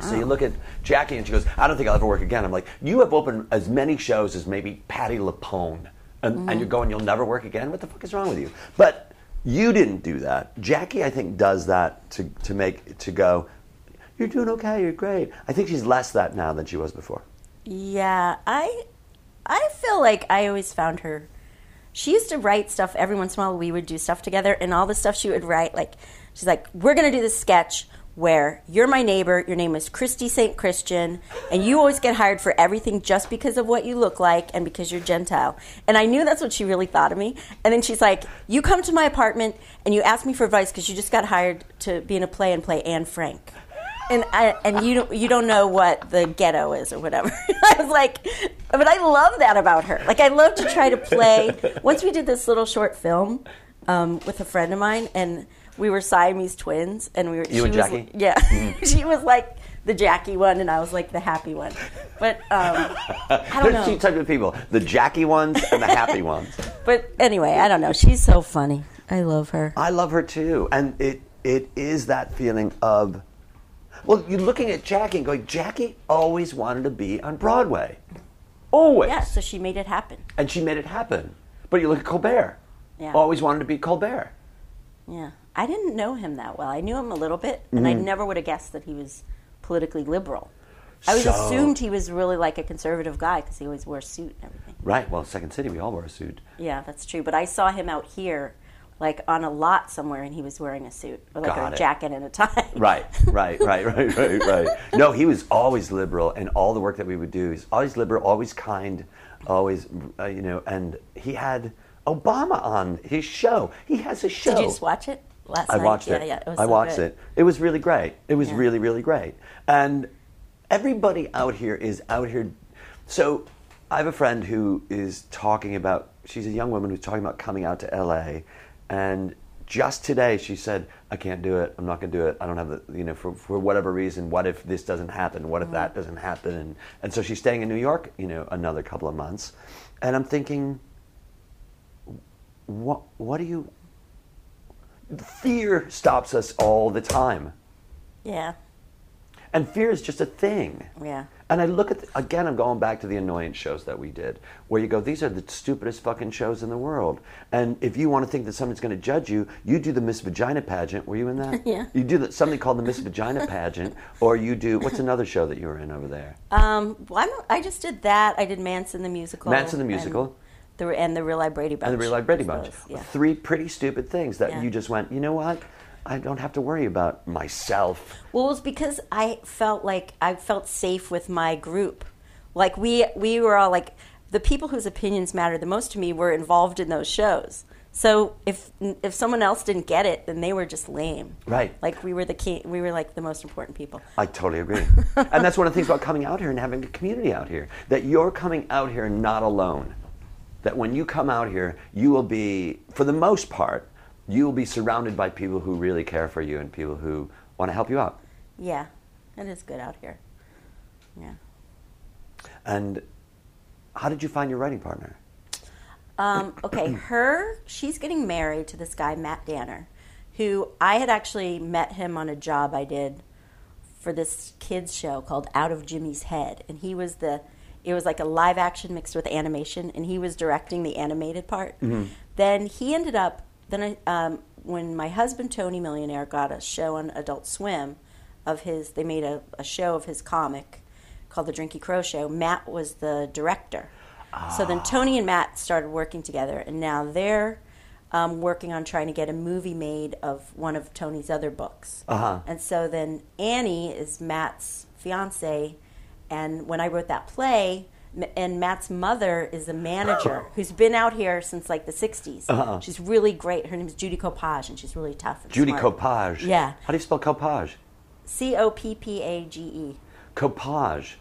So you look at Jackie and she goes, I don't think I'll ever work again. I'm like, you have opened as many shows as maybe Patty LaPone. And, and Mm. you're going, you'll never work again? What the fuck is wrong with you? But you didn't do that. Jackie, I think, does that to, to make, to go, you're doing okay, you're great. I think she's less that now than she was before. Yeah, I I feel like I always found her. She used to write stuff every once in a while. We would do stuff together, and all the stuff she would write, like she's like, "We're gonna do this sketch where you're my neighbor. Your name is Christy Saint Christian, and you always get hired for everything just because of what you look like and because you're Gentile." And I knew that's what she really thought of me. And then she's like, "You come to my apartment and you ask me for advice because you just got hired to be in a play and play Anne Frank." and I, and you don't you don't know what the ghetto is or whatever. I was like, but I love that about her. Like I love to try to play. Once we did this little short film um, with a friend of mine, and we were Siamese twins, and we were you she and was- Jackie? yeah, she was like the Jackie one, and I was like the happy one. But um, I There's don't know. two types of people the Jackie ones and the happy ones. but anyway, I don't know. She's so funny. I love her. I love her too, and it it is that feeling of, well, you're looking at Jackie and going, Jackie always wanted to be on Broadway, always, Yeah, so she made it happen. and she made it happen. But you look at Colbert, Yeah. always wanted to be Colbert. Yeah. I didn't know him that well. I knew him a little bit, and Mm-hmm. I never would have guessed that he was politically liberal. I was So- assumed he was really like a conservative guy because he always wore a suit and everything. Right. Well, Second City, we all wore a suit. Yeah, that's true. But I saw him out here, like on a lot somewhere, and he was wearing a suit, or like Got a it. jacket and a tie. Right, right, right, right, right, right. No, he was always liberal, and all the work that we would do, he's always liberal, always kind, always, uh, you know. And he had Obama on his show. He has a show. Did you just watch it last I night? watched yeah, it. Yeah, it was I so watched good. it. It was really great. It was Yeah. really, really great. And everybody out here is out here. So I have a friend who is talking about, she's a young woman who's talking about coming out to LA. And just today she said, I can't do it. I'm not going to do it. I don't have the, you know, for, for whatever reason, what if this doesn't happen? What if Mm-hmm. that doesn't happen? And, and so she's staying in New York, you know, another couple of months. And I'm thinking, what, what do you, fear stops us all the time. Yeah, And fear is just a thing. yeah. And I look at, the, again, I'm going back to the annoyance shows that we did, where you go, these are the stupidest fucking shows in the world. And if you want to think that someone's going to judge you, you do the Miss Vagina pageant. Were you in that? Yeah. You do the, something called the Miss Vagina pageant, or you do, what's another show that you were in over there? Um, well, I'm, I just did that. I did Manson the musical. Manson the musical. And the, and the Real I Brady Bunch. and the Real Life Brady I Bunch. suppose, Yeah. Three pretty stupid things that Yeah. you just went, you know what? I don't have to worry about myself. Well, it was because I felt like I felt safe with my group. Like we we were all like the people whose opinions mattered the most to me were involved in those shows. So if if someone else didn't get it, then they were just lame. Right. Like we were the key, we were like the most important people. I totally agree. and that's one of the things about coming out here and having a community out here that you're coming out here not alone. That when you come out here, you will be, for the most part, you will be surrounded by people who really care for you and people who want to help you out. Yeah. It is good out here. Yeah. And how did you find your writing partner? Um, okay, her, she's getting married to this guy, Matt Danner, who I had actually met him on a job I did for this kids show called Out of Jimmy's Head, and he was the it was like a live action mixed with animation, and he was directing the animated part. Then he ended up then I, um, when my husband Tony Millionaire got a show on Adult Swim of his, they made a, a show of his comic called The Drinky Crow Show. Matt was the director. So Ah. then Tony and Matt started working together, and now they're um, working on trying to get a movie made of one of Tony's other books. Uh-huh. And so then Annie is Matt's fiance, and when I wrote that play, M- and Matt's mother is a manager who's been out here since like the 60s. She's really great. Her name is Judy Copage, and she's really tough. And Uh-huh. Judy smart. Copage. Yeah. How do you spell Copage? C O P P A G E. Copage.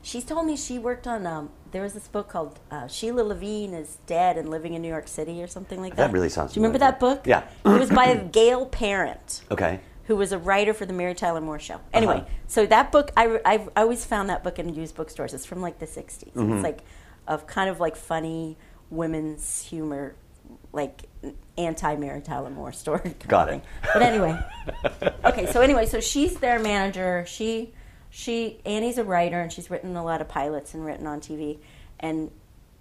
She's told me she worked on, um, there was this book called uh, Sheila Levine is Dead and Living in New York City or something like that. That really sounds Do you remember that familiar. book? Yeah. it was by Gail Parent. Okay. who was a writer for the Mary Tyler Moore Show. Anyway, Uh-huh. so that book, I, I've I always found that book in used bookstores. It's from like the 60s. Mm-hmm. It's like of kind of like funny women's humor, like anti Mary Tyler Moore story. kind of Got it. thing. But anyway, okay, so anyway, so she's their manager. She, she, Annie's a writer and she's written a lot of pilots and written on TV. And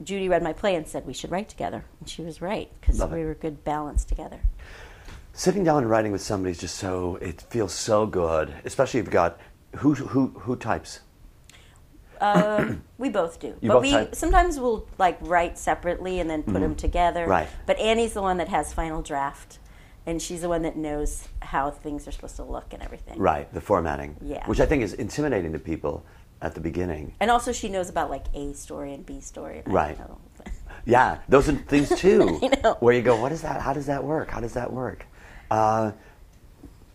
Judy read my play and said we should write together. And she was right because Love it. we were good balance together. sitting down and writing with somebody is just so it feels so good especially if you've got who who who types We both do, You but both we type? Mm-hmm. sometimes we'll like write separately and then put them together. Right. But Annie's the one that has final draft, and she's the one that knows how things are supposed to look and everything. right the formatting Yeah. which i think is intimidating to people at the beginning And also, she knows about like A story and B story. And I Right. don't know. yeah those are things too I know. where you go what is that how does that work how does that work uh,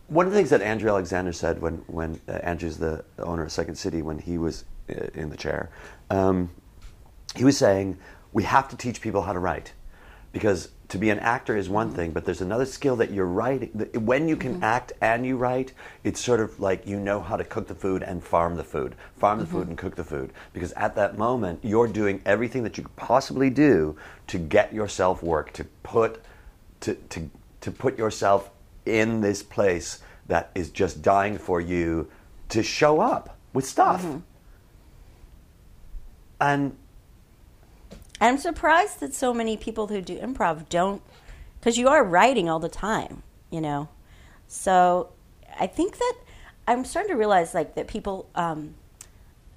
one of the things that andrew alexander said when when uh, andrew's the owner of second city when he was uh, in the chair um, he was saying we have to teach people how to write because to be an actor is one thing but there's another skill that you're writing that when you can act and you write it's sort of like you know how to cook the food and farm the food farm the food and cook the food because at that moment you're doing everything that you could possibly do to get yourself work to put to to, to put yourself in this place that is just dying for you to show up with stuff and I'm surprised that so many people who do improv don't, because you are writing all the time, you know. So I think that I'm starting to realize like that people, um,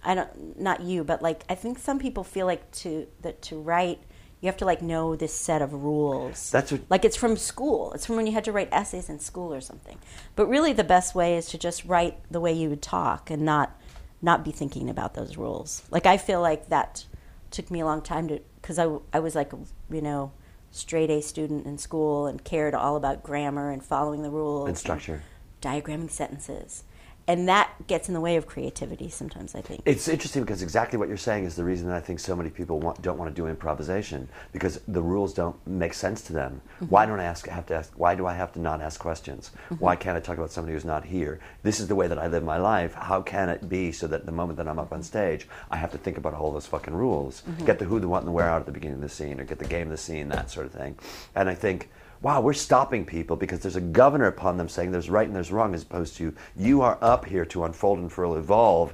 I don't, not you, but like I think some people feel like to that to write. You have to like know this set of rules. That's what- like it's from school. It's from when you had to write essays in school or something. But really, the best way is to just write the way you would talk and not not be thinking about those rules. Like I feel like that took me a long time to because I, I was like you know straight A student in school and cared all about grammar and following the rules and structure. diagramming sentences. And that gets in the way of creativity sometimes, I think. It's interesting because exactly what you're saying is the reason that I think so many people want, don't want to do improvisation because the rules don't make sense to them. Why don't I ask? Have to ask? Why do I have to not ask questions? Why can't I talk about somebody who's not here? This is the way that I live my life. How can it be so that the moment that I'm up on stage, I have to think about all those fucking rules? Get the who, the what, and the where out at the beginning of the scene, or get the game of the scene, that sort of thing. And I think wow, we're stopping people because there's a governor upon them saying there's right and there's wrong, as opposed to you are up here to unfold and furl evolve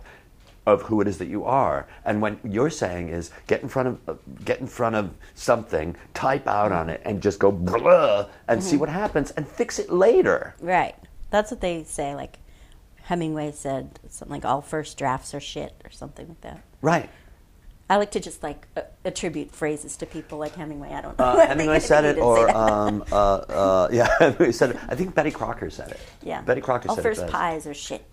of who it is that you are. And when you're saying is get in front of get in front of something, type out on it, and just go blah and Mm-hmm. see what happens and fix it later. Right. That's what they say. Like Hemingway said something like all first drafts are shit or something like that. Right. I like to just like a- attribute phrases to people like Hemingway. I don't know. Uh, Hemingway said he it, did say or that. um, uh, uh, yeah, Hemingway said it. I think Betty Crocker said it. yeah, Betty Crocker All said first it. best. pies are shit.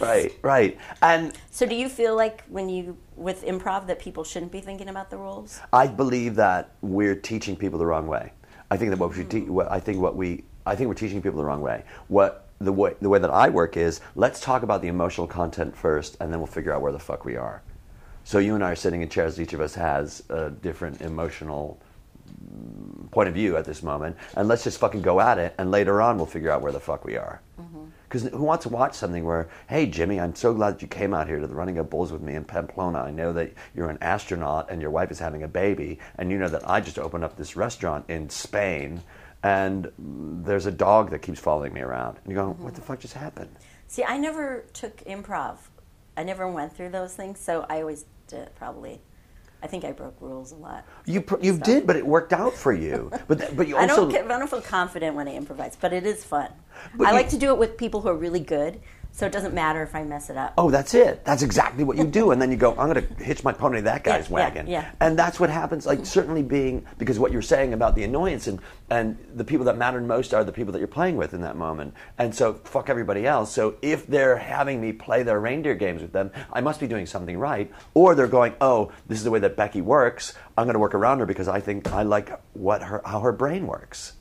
Right, right. And so, do you feel like when you with improv that people shouldn't be thinking about the rules? I believe that we're teaching people the wrong way. I think that what we should te- what, I think what we I think we're teaching people the wrong way. What the way the way that I work is let's talk about the emotional content first, and then we'll figure out where the fuck we are. So you and I are sitting in chairs. Each of us has a different emotional mm, point of view at this moment, and let's just fucking go at it. And later on, we'll figure out where the fuck we are. Mm-hmm. Because who wants to watch something where, hey, Jimmy, I'm so glad that you came out here to the Running of Bulls with me in Pamplona. I know that you're an astronaut and your wife is having a baby, and you know that I just opened up this restaurant in Spain, and mm, there's a dog that keeps following me around. And you're Mm-hmm. going, what the fuck just happened? See, I never took improv. I never went through those things, so I always did probably. I think I broke rules a lot. You, pr- you did, but it worked out for you. But, th- but you I also. don't, ca- I don't feel confident when I improvise, but it is fun. But I you- like to do it with people who are really good, so it doesn't matter if I mess it up. oh, that's it. That's exactly what you do. And then you go, I'm going to hitch my pony to that guy's yeah, wagon. yeah. And that's what happens, like, certainly being, because what you're saying about the annoyance and, and the people that matter most are the people that you're playing with in that moment. And so, fuck everybody else. So, if they're having me play their reindeer games with them, I must be doing something right. Or they're going, oh, this is the way that Becky works. I'm going to work around her because I think I like what her, how her brain works.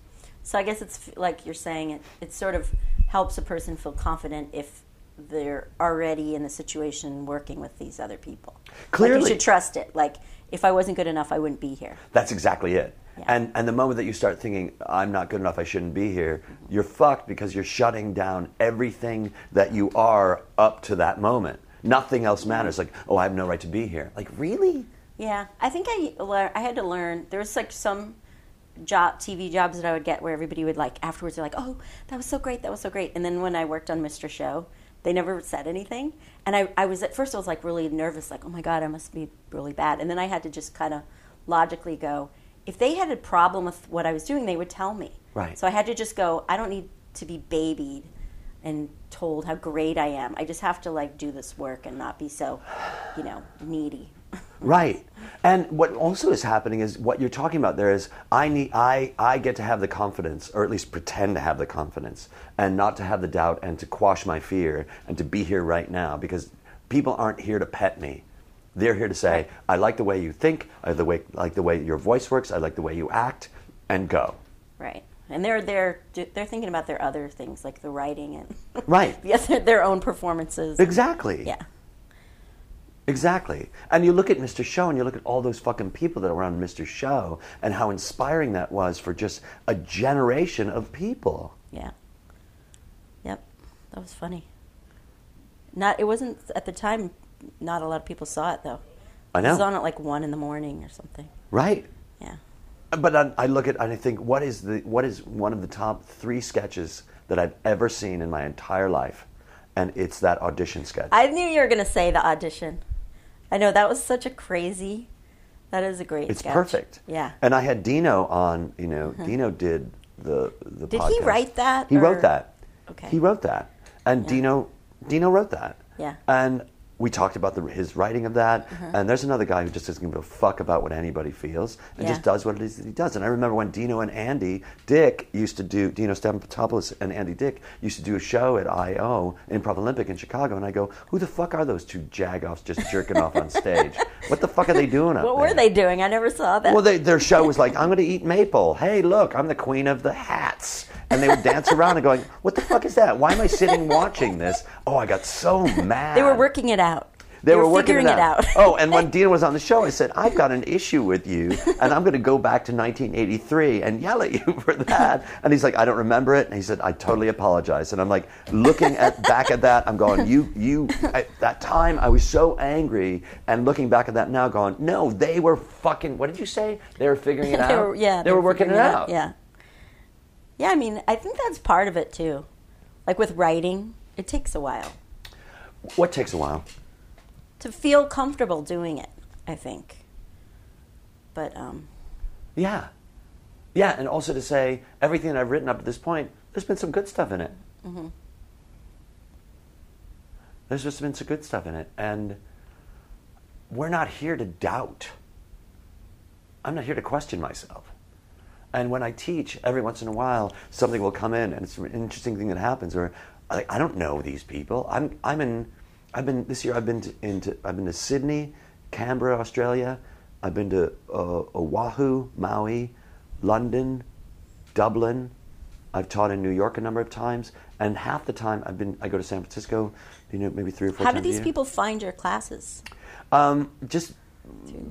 So I guess it's f- like you're saying it, it sort of helps a person feel confident if they're already in the situation working with these other people. Like Clearly. you should trust it. Like if I wasn't good enough, I wouldn't be here. That's exactly it. Yeah. And and the moment that you start thinking I'm not good enough, I shouldn't be here, you're fucked because you're shutting down everything that you are up to that moment. Nothing else matters. Like, oh, I have no right to be here. Like, really? Yeah, I think I lear- I had to learn. There was like some job TV jobs that I would get where everybody would like afterwards. They're like, "Oh, that was so great. That was so great." And then when I worked on Mr. Show, they never said anything. And I, I was at first I was like really nervous, like, "Oh my god, I must be really bad." And then I had to just kind of logically go, if they had a problem with what I was doing, they would tell me. Right. So I had to just go. I don't need to be babied and told how great I am. I just have to like do this work and not be so, you know, needy. Right. And what also is happening is what you're talking about there is I need I I get to have the confidence or at least pretend to have the confidence and not to have the doubt and to quash my fear and to be here right now because people aren't here to pet me. They're here to say, I like the way you think, I the way like the way your voice works, I like the way you act and go. Right. And they're they're they're thinking about their other things like the writing and Right. the other, their own performances. Exactly. Yeah. Exactly. And you look at Mr. Show and you look at all those fucking people that were on Mr. Show and how inspiring that was for just a generation of people. Yeah. Yep. That was funny. Not it wasn't at the time not a lot of people saw it though. I It know. was on at like 1 in the morning or something. Right. Yeah. But I, I look at and I think, what is the what is one of the top three sketches that I've ever seen in my entire life, and it's that audition sketch. I knew you were going to say the audition. I know that was such a crazy that is a great it's sketch. perfect. Yeah. Uh-huh. And I had Dino on. You know, Dino did the the. Did he podcast. write that, He or- wrote that. Okay. He wrote that, and Dino Dino wrote that. Yeah. Uh-huh. And we talked about the, his writing of that, and there's another guy who just doesn't give a fuck about what anybody feels and Yeah. just does what it is that he does. And I remember when Dino and Andy Dick used to do Dino Stamatopoulos and Andy Dick used to do a show at IO Improv Olympic in Chicago, and I go, who the fuck are those two jagoffs just jerking off on stage? What the fuck are they doing up What were there?" they doing? I never saw that. Well, they, their show was like, I'm going to eat maple. Hey, look, I'm the queen of the hats. And they would dance around and going, What the fuck is that? Why am I sitting watching this? Oh, I got so mad. They were working it out. uh, They, were, working figuring it out. oh, and when Dina was on the show, I said, I've got an issue with you, and I'm going to go back to 1983 and yell at you for that. And he's like, I don't remember it. And he said, I totally apologize. And I'm like, looking at back at that, I'm going, you, you, at that time, I was so angry. And looking back at that now, going, no, they were fucking, what did you say? They were figuring it they out? were, yeah, They, were, working it figuring out. Yeah. Yeah, I mean, I think that's part of it too. Like with writing, it takes a while What takes a while? to feel comfortable doing it. I think. But um, Yeah. Yeah, and also to say, everything that I've written up to this point, there's been some good stuff in it. There's just been some good stuff in it. And we're not here to doubt. I'm not here to question myself. And when I teach, every once in a while, something will come in, and it's an interesting thing that happens. Or like, I don't know these people. I'm I'm in. I've been this year. I've been to, into. I've been to Sydney, Canberra, Australia. I've been to uh, Oahu, Maui, London, Dublin. I've taught in New York a number of times, and half the time I've been. I go to San Francisco. You know, maybe three or four. how do times a these year. people find your classes? Um, just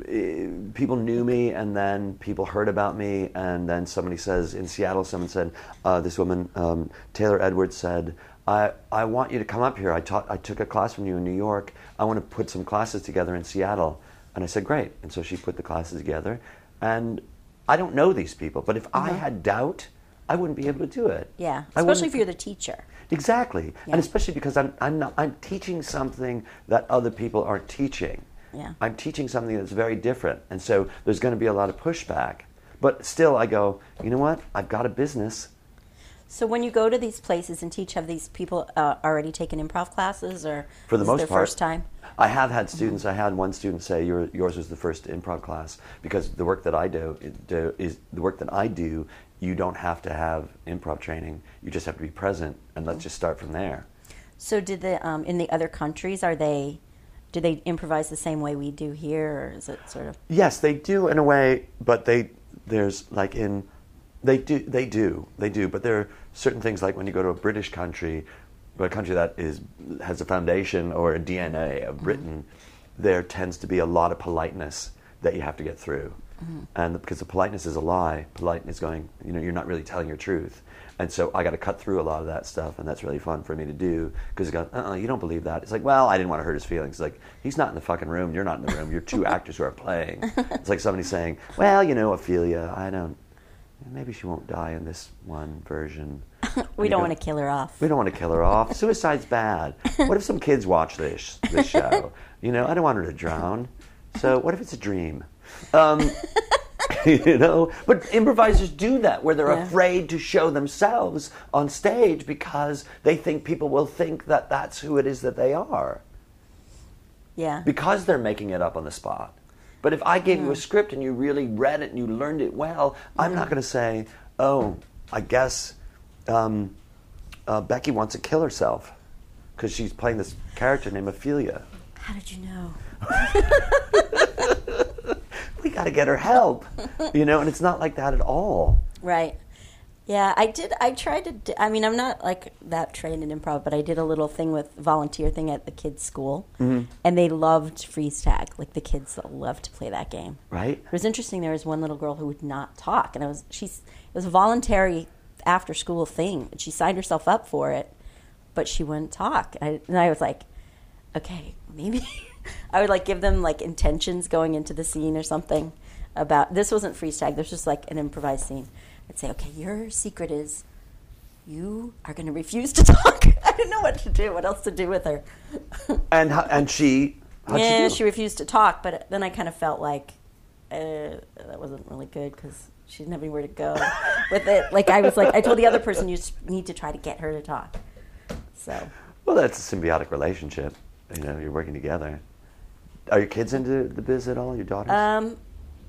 eh, people knew me, and then people heard about me, and then somebody says in Seattle, someone said, uh, this woman um, Taylor Edwards said, I, I want you to come up here. I taught I took a class from you in New York. I want to put some classes together in Seattle, and I said great. And so she put the classes together, and I don't know these people, but if I had doubt, I wouldn't be able to do it. Uh-huh. Yeah, I especially wouldn't- if you're the teacher. Exactly, Yeah. and especially because I'm I'm not I'm teaching something that other people aren't teaching. Yeah. I'm teaching something that's very different, and so there's going to be a lot of pushback. But still, I go, you know what? I've got a business. So when you go to these places and teach, have these people uh, already taken improv classes, or For the is it most their part, first time? I have had Mm-hmm. students. I had one student say, Your, "Yours was the first improv class because the work that I do, do is the work that I do. You don't have to have improv training. You just have to be present, and Mm-hmm. let's just start from there." So did the um, in the other countries are they do they improvise the same way we do here, or is it sort of Yes, they do in a way, but they there's like in they do they do they do, but there are certain things like when you go to a British country, or a country that is has a foundation or a DNA of Britain, there tends to be a lot of politeness that you have to get through, and because the politeness is a lie, politeness is going you know you're not really telling your truth, and so I got to cut through a lot of that stuff, and that's really fun for me to do because go, uh, uh you don't believe that. It's like, well, I didn't want to hurt his feelings. It's like he's not in the fucking room. You're not in the room. You're two actors who are playing. It's like somebody saying, well, you know, Ophelia, I don't. Maybe she won't die in this one version. we don't want to kill her off? We don't want to kill her off. Suicide's bad. What if some kids watch this this show? You know, I don't want her to drown. So what if it's a dream? Um, you know, but improvisers do that where they're Yeah. afraid to show themselves on stage because they think people will think that that's who it is that they are Yeah, because they're making it up on the spot. But if I gave you a script and you really read it and you learned it well, I'm not going to say, oh, I guess um, uh, Becky wants to kill herself because she's playing this character named Ophelia. how did you know? We got to get her help, you know, and it's not like that at all. Right. Yeah, I did. I tried to. d I I mean, I'm not like that trained in improv, but I did a little thing with volunteer thing at the kids' school, and they loved freeze tag. Like the kids loved to play that game. Right? It was interesting. There was one little girl who would not talk, and I was she's it was a voluntary after school thing. and She signed herself up for it, but she wouldn't talk. I, and I was like, okay, maybe I would like give them like intentions going into the scene or something about this wasn't freeze tag. This was just like an improvised scene. I'd say, okay, your secret is you are going to refuse to talk. I didn't know what to do. What else to do with her? And, how, and she, how'd yeah, she do? she refused to talk, but then I kind of felt like uh, that wasn't really good because she didn't have anywhere to go with it. Like I was like, I told the other person, you just need to try to get her to talk. So well, that's a symbiotic relationship. You know, you're working together. Are your kids into the biz at all? Your daughters? Um,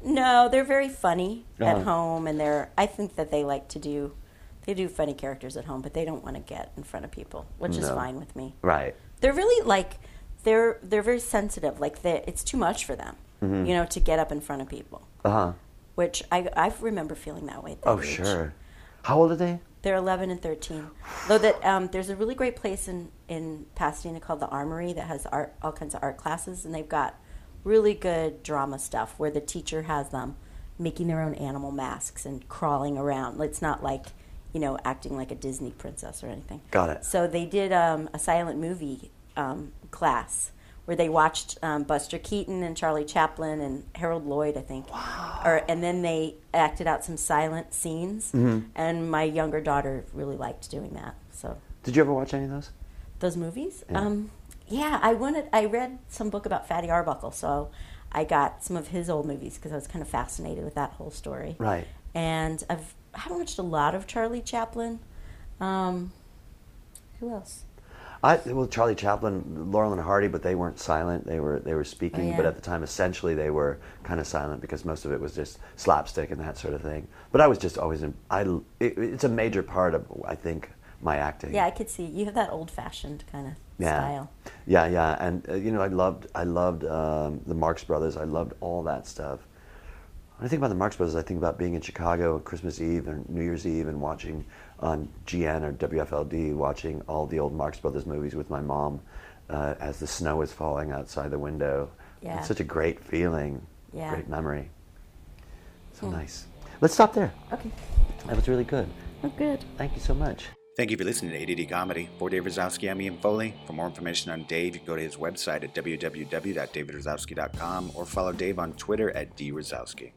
no, they're very funny Uh-huh. at home, and they're. I think that they like to do, they do funny characters at home, but they don't want to get in front of people, which is No. fine with me. right. They're really like, they're they're very sensitive. Like they, it's too much for them, Mm-hmm. you know, to get up in front of people. Uh huh. Which I I remember feeling that way. At that Oh age. sure. How old are they? They're 11 and 13. Though that um, there's a really great place in, in Pasadena called the Armory that has art, all kinds of art classes, and they've got really good drama stuff where the teacher has them making their own animal masks and crawling around. It's not like, you know, acting like a Disney princess or anything. Got it. So they did um, a silent movie um, class where they watched um, Buster Keaton and Charlie Chaplin and Harold Lloyd, I think. Wow. Or, and then they acted out some silent scenes. And my younger daughter really liked doing that. So Did you ever watch any of those? those movies. Um, yeah, I wanted. I read some book about Fatty Arbuckle, so I got some of his old movies because I was kind of fascinated with that whole story. Right. And I've I haven't watched a lot of Charlie Chaplin. Um, who else? I well, Charlie Chaplin, Laurel and Hardy, but they weren't silent. They were they were speaking, yeah. but at the time, essentially, they were kind of silent because most of it was just slapstick and that sort of thing. But I was just always in. I it, it's a major part of I think my acting. Yeah, I could see you have that old fashioned kind of yeah. style. Yeah, yeah, and uh, you know, I loved I loved um, the Marx Brothers. I loved all that stuff. When I think about the Marx Brothers, I think about being in Chicago on Christmas Eve and New Year's Eve and watching on GN or WFLD, watching all the old Marx Brothers movies with my mom uh, as the snow is falling outside the window. Yeah. It's such a great feeling, Yeah. great memory. So nice. Let's stop there. Okay. That was really good. Oh, good. Thank you so much. Thank you for listening to ADD Comedy. For Dave Rosowski, I'm Ian Foley. For more information on Dave, you can go to his website at www.davidrozowski.com or follow Dave on Twitter at drozowski.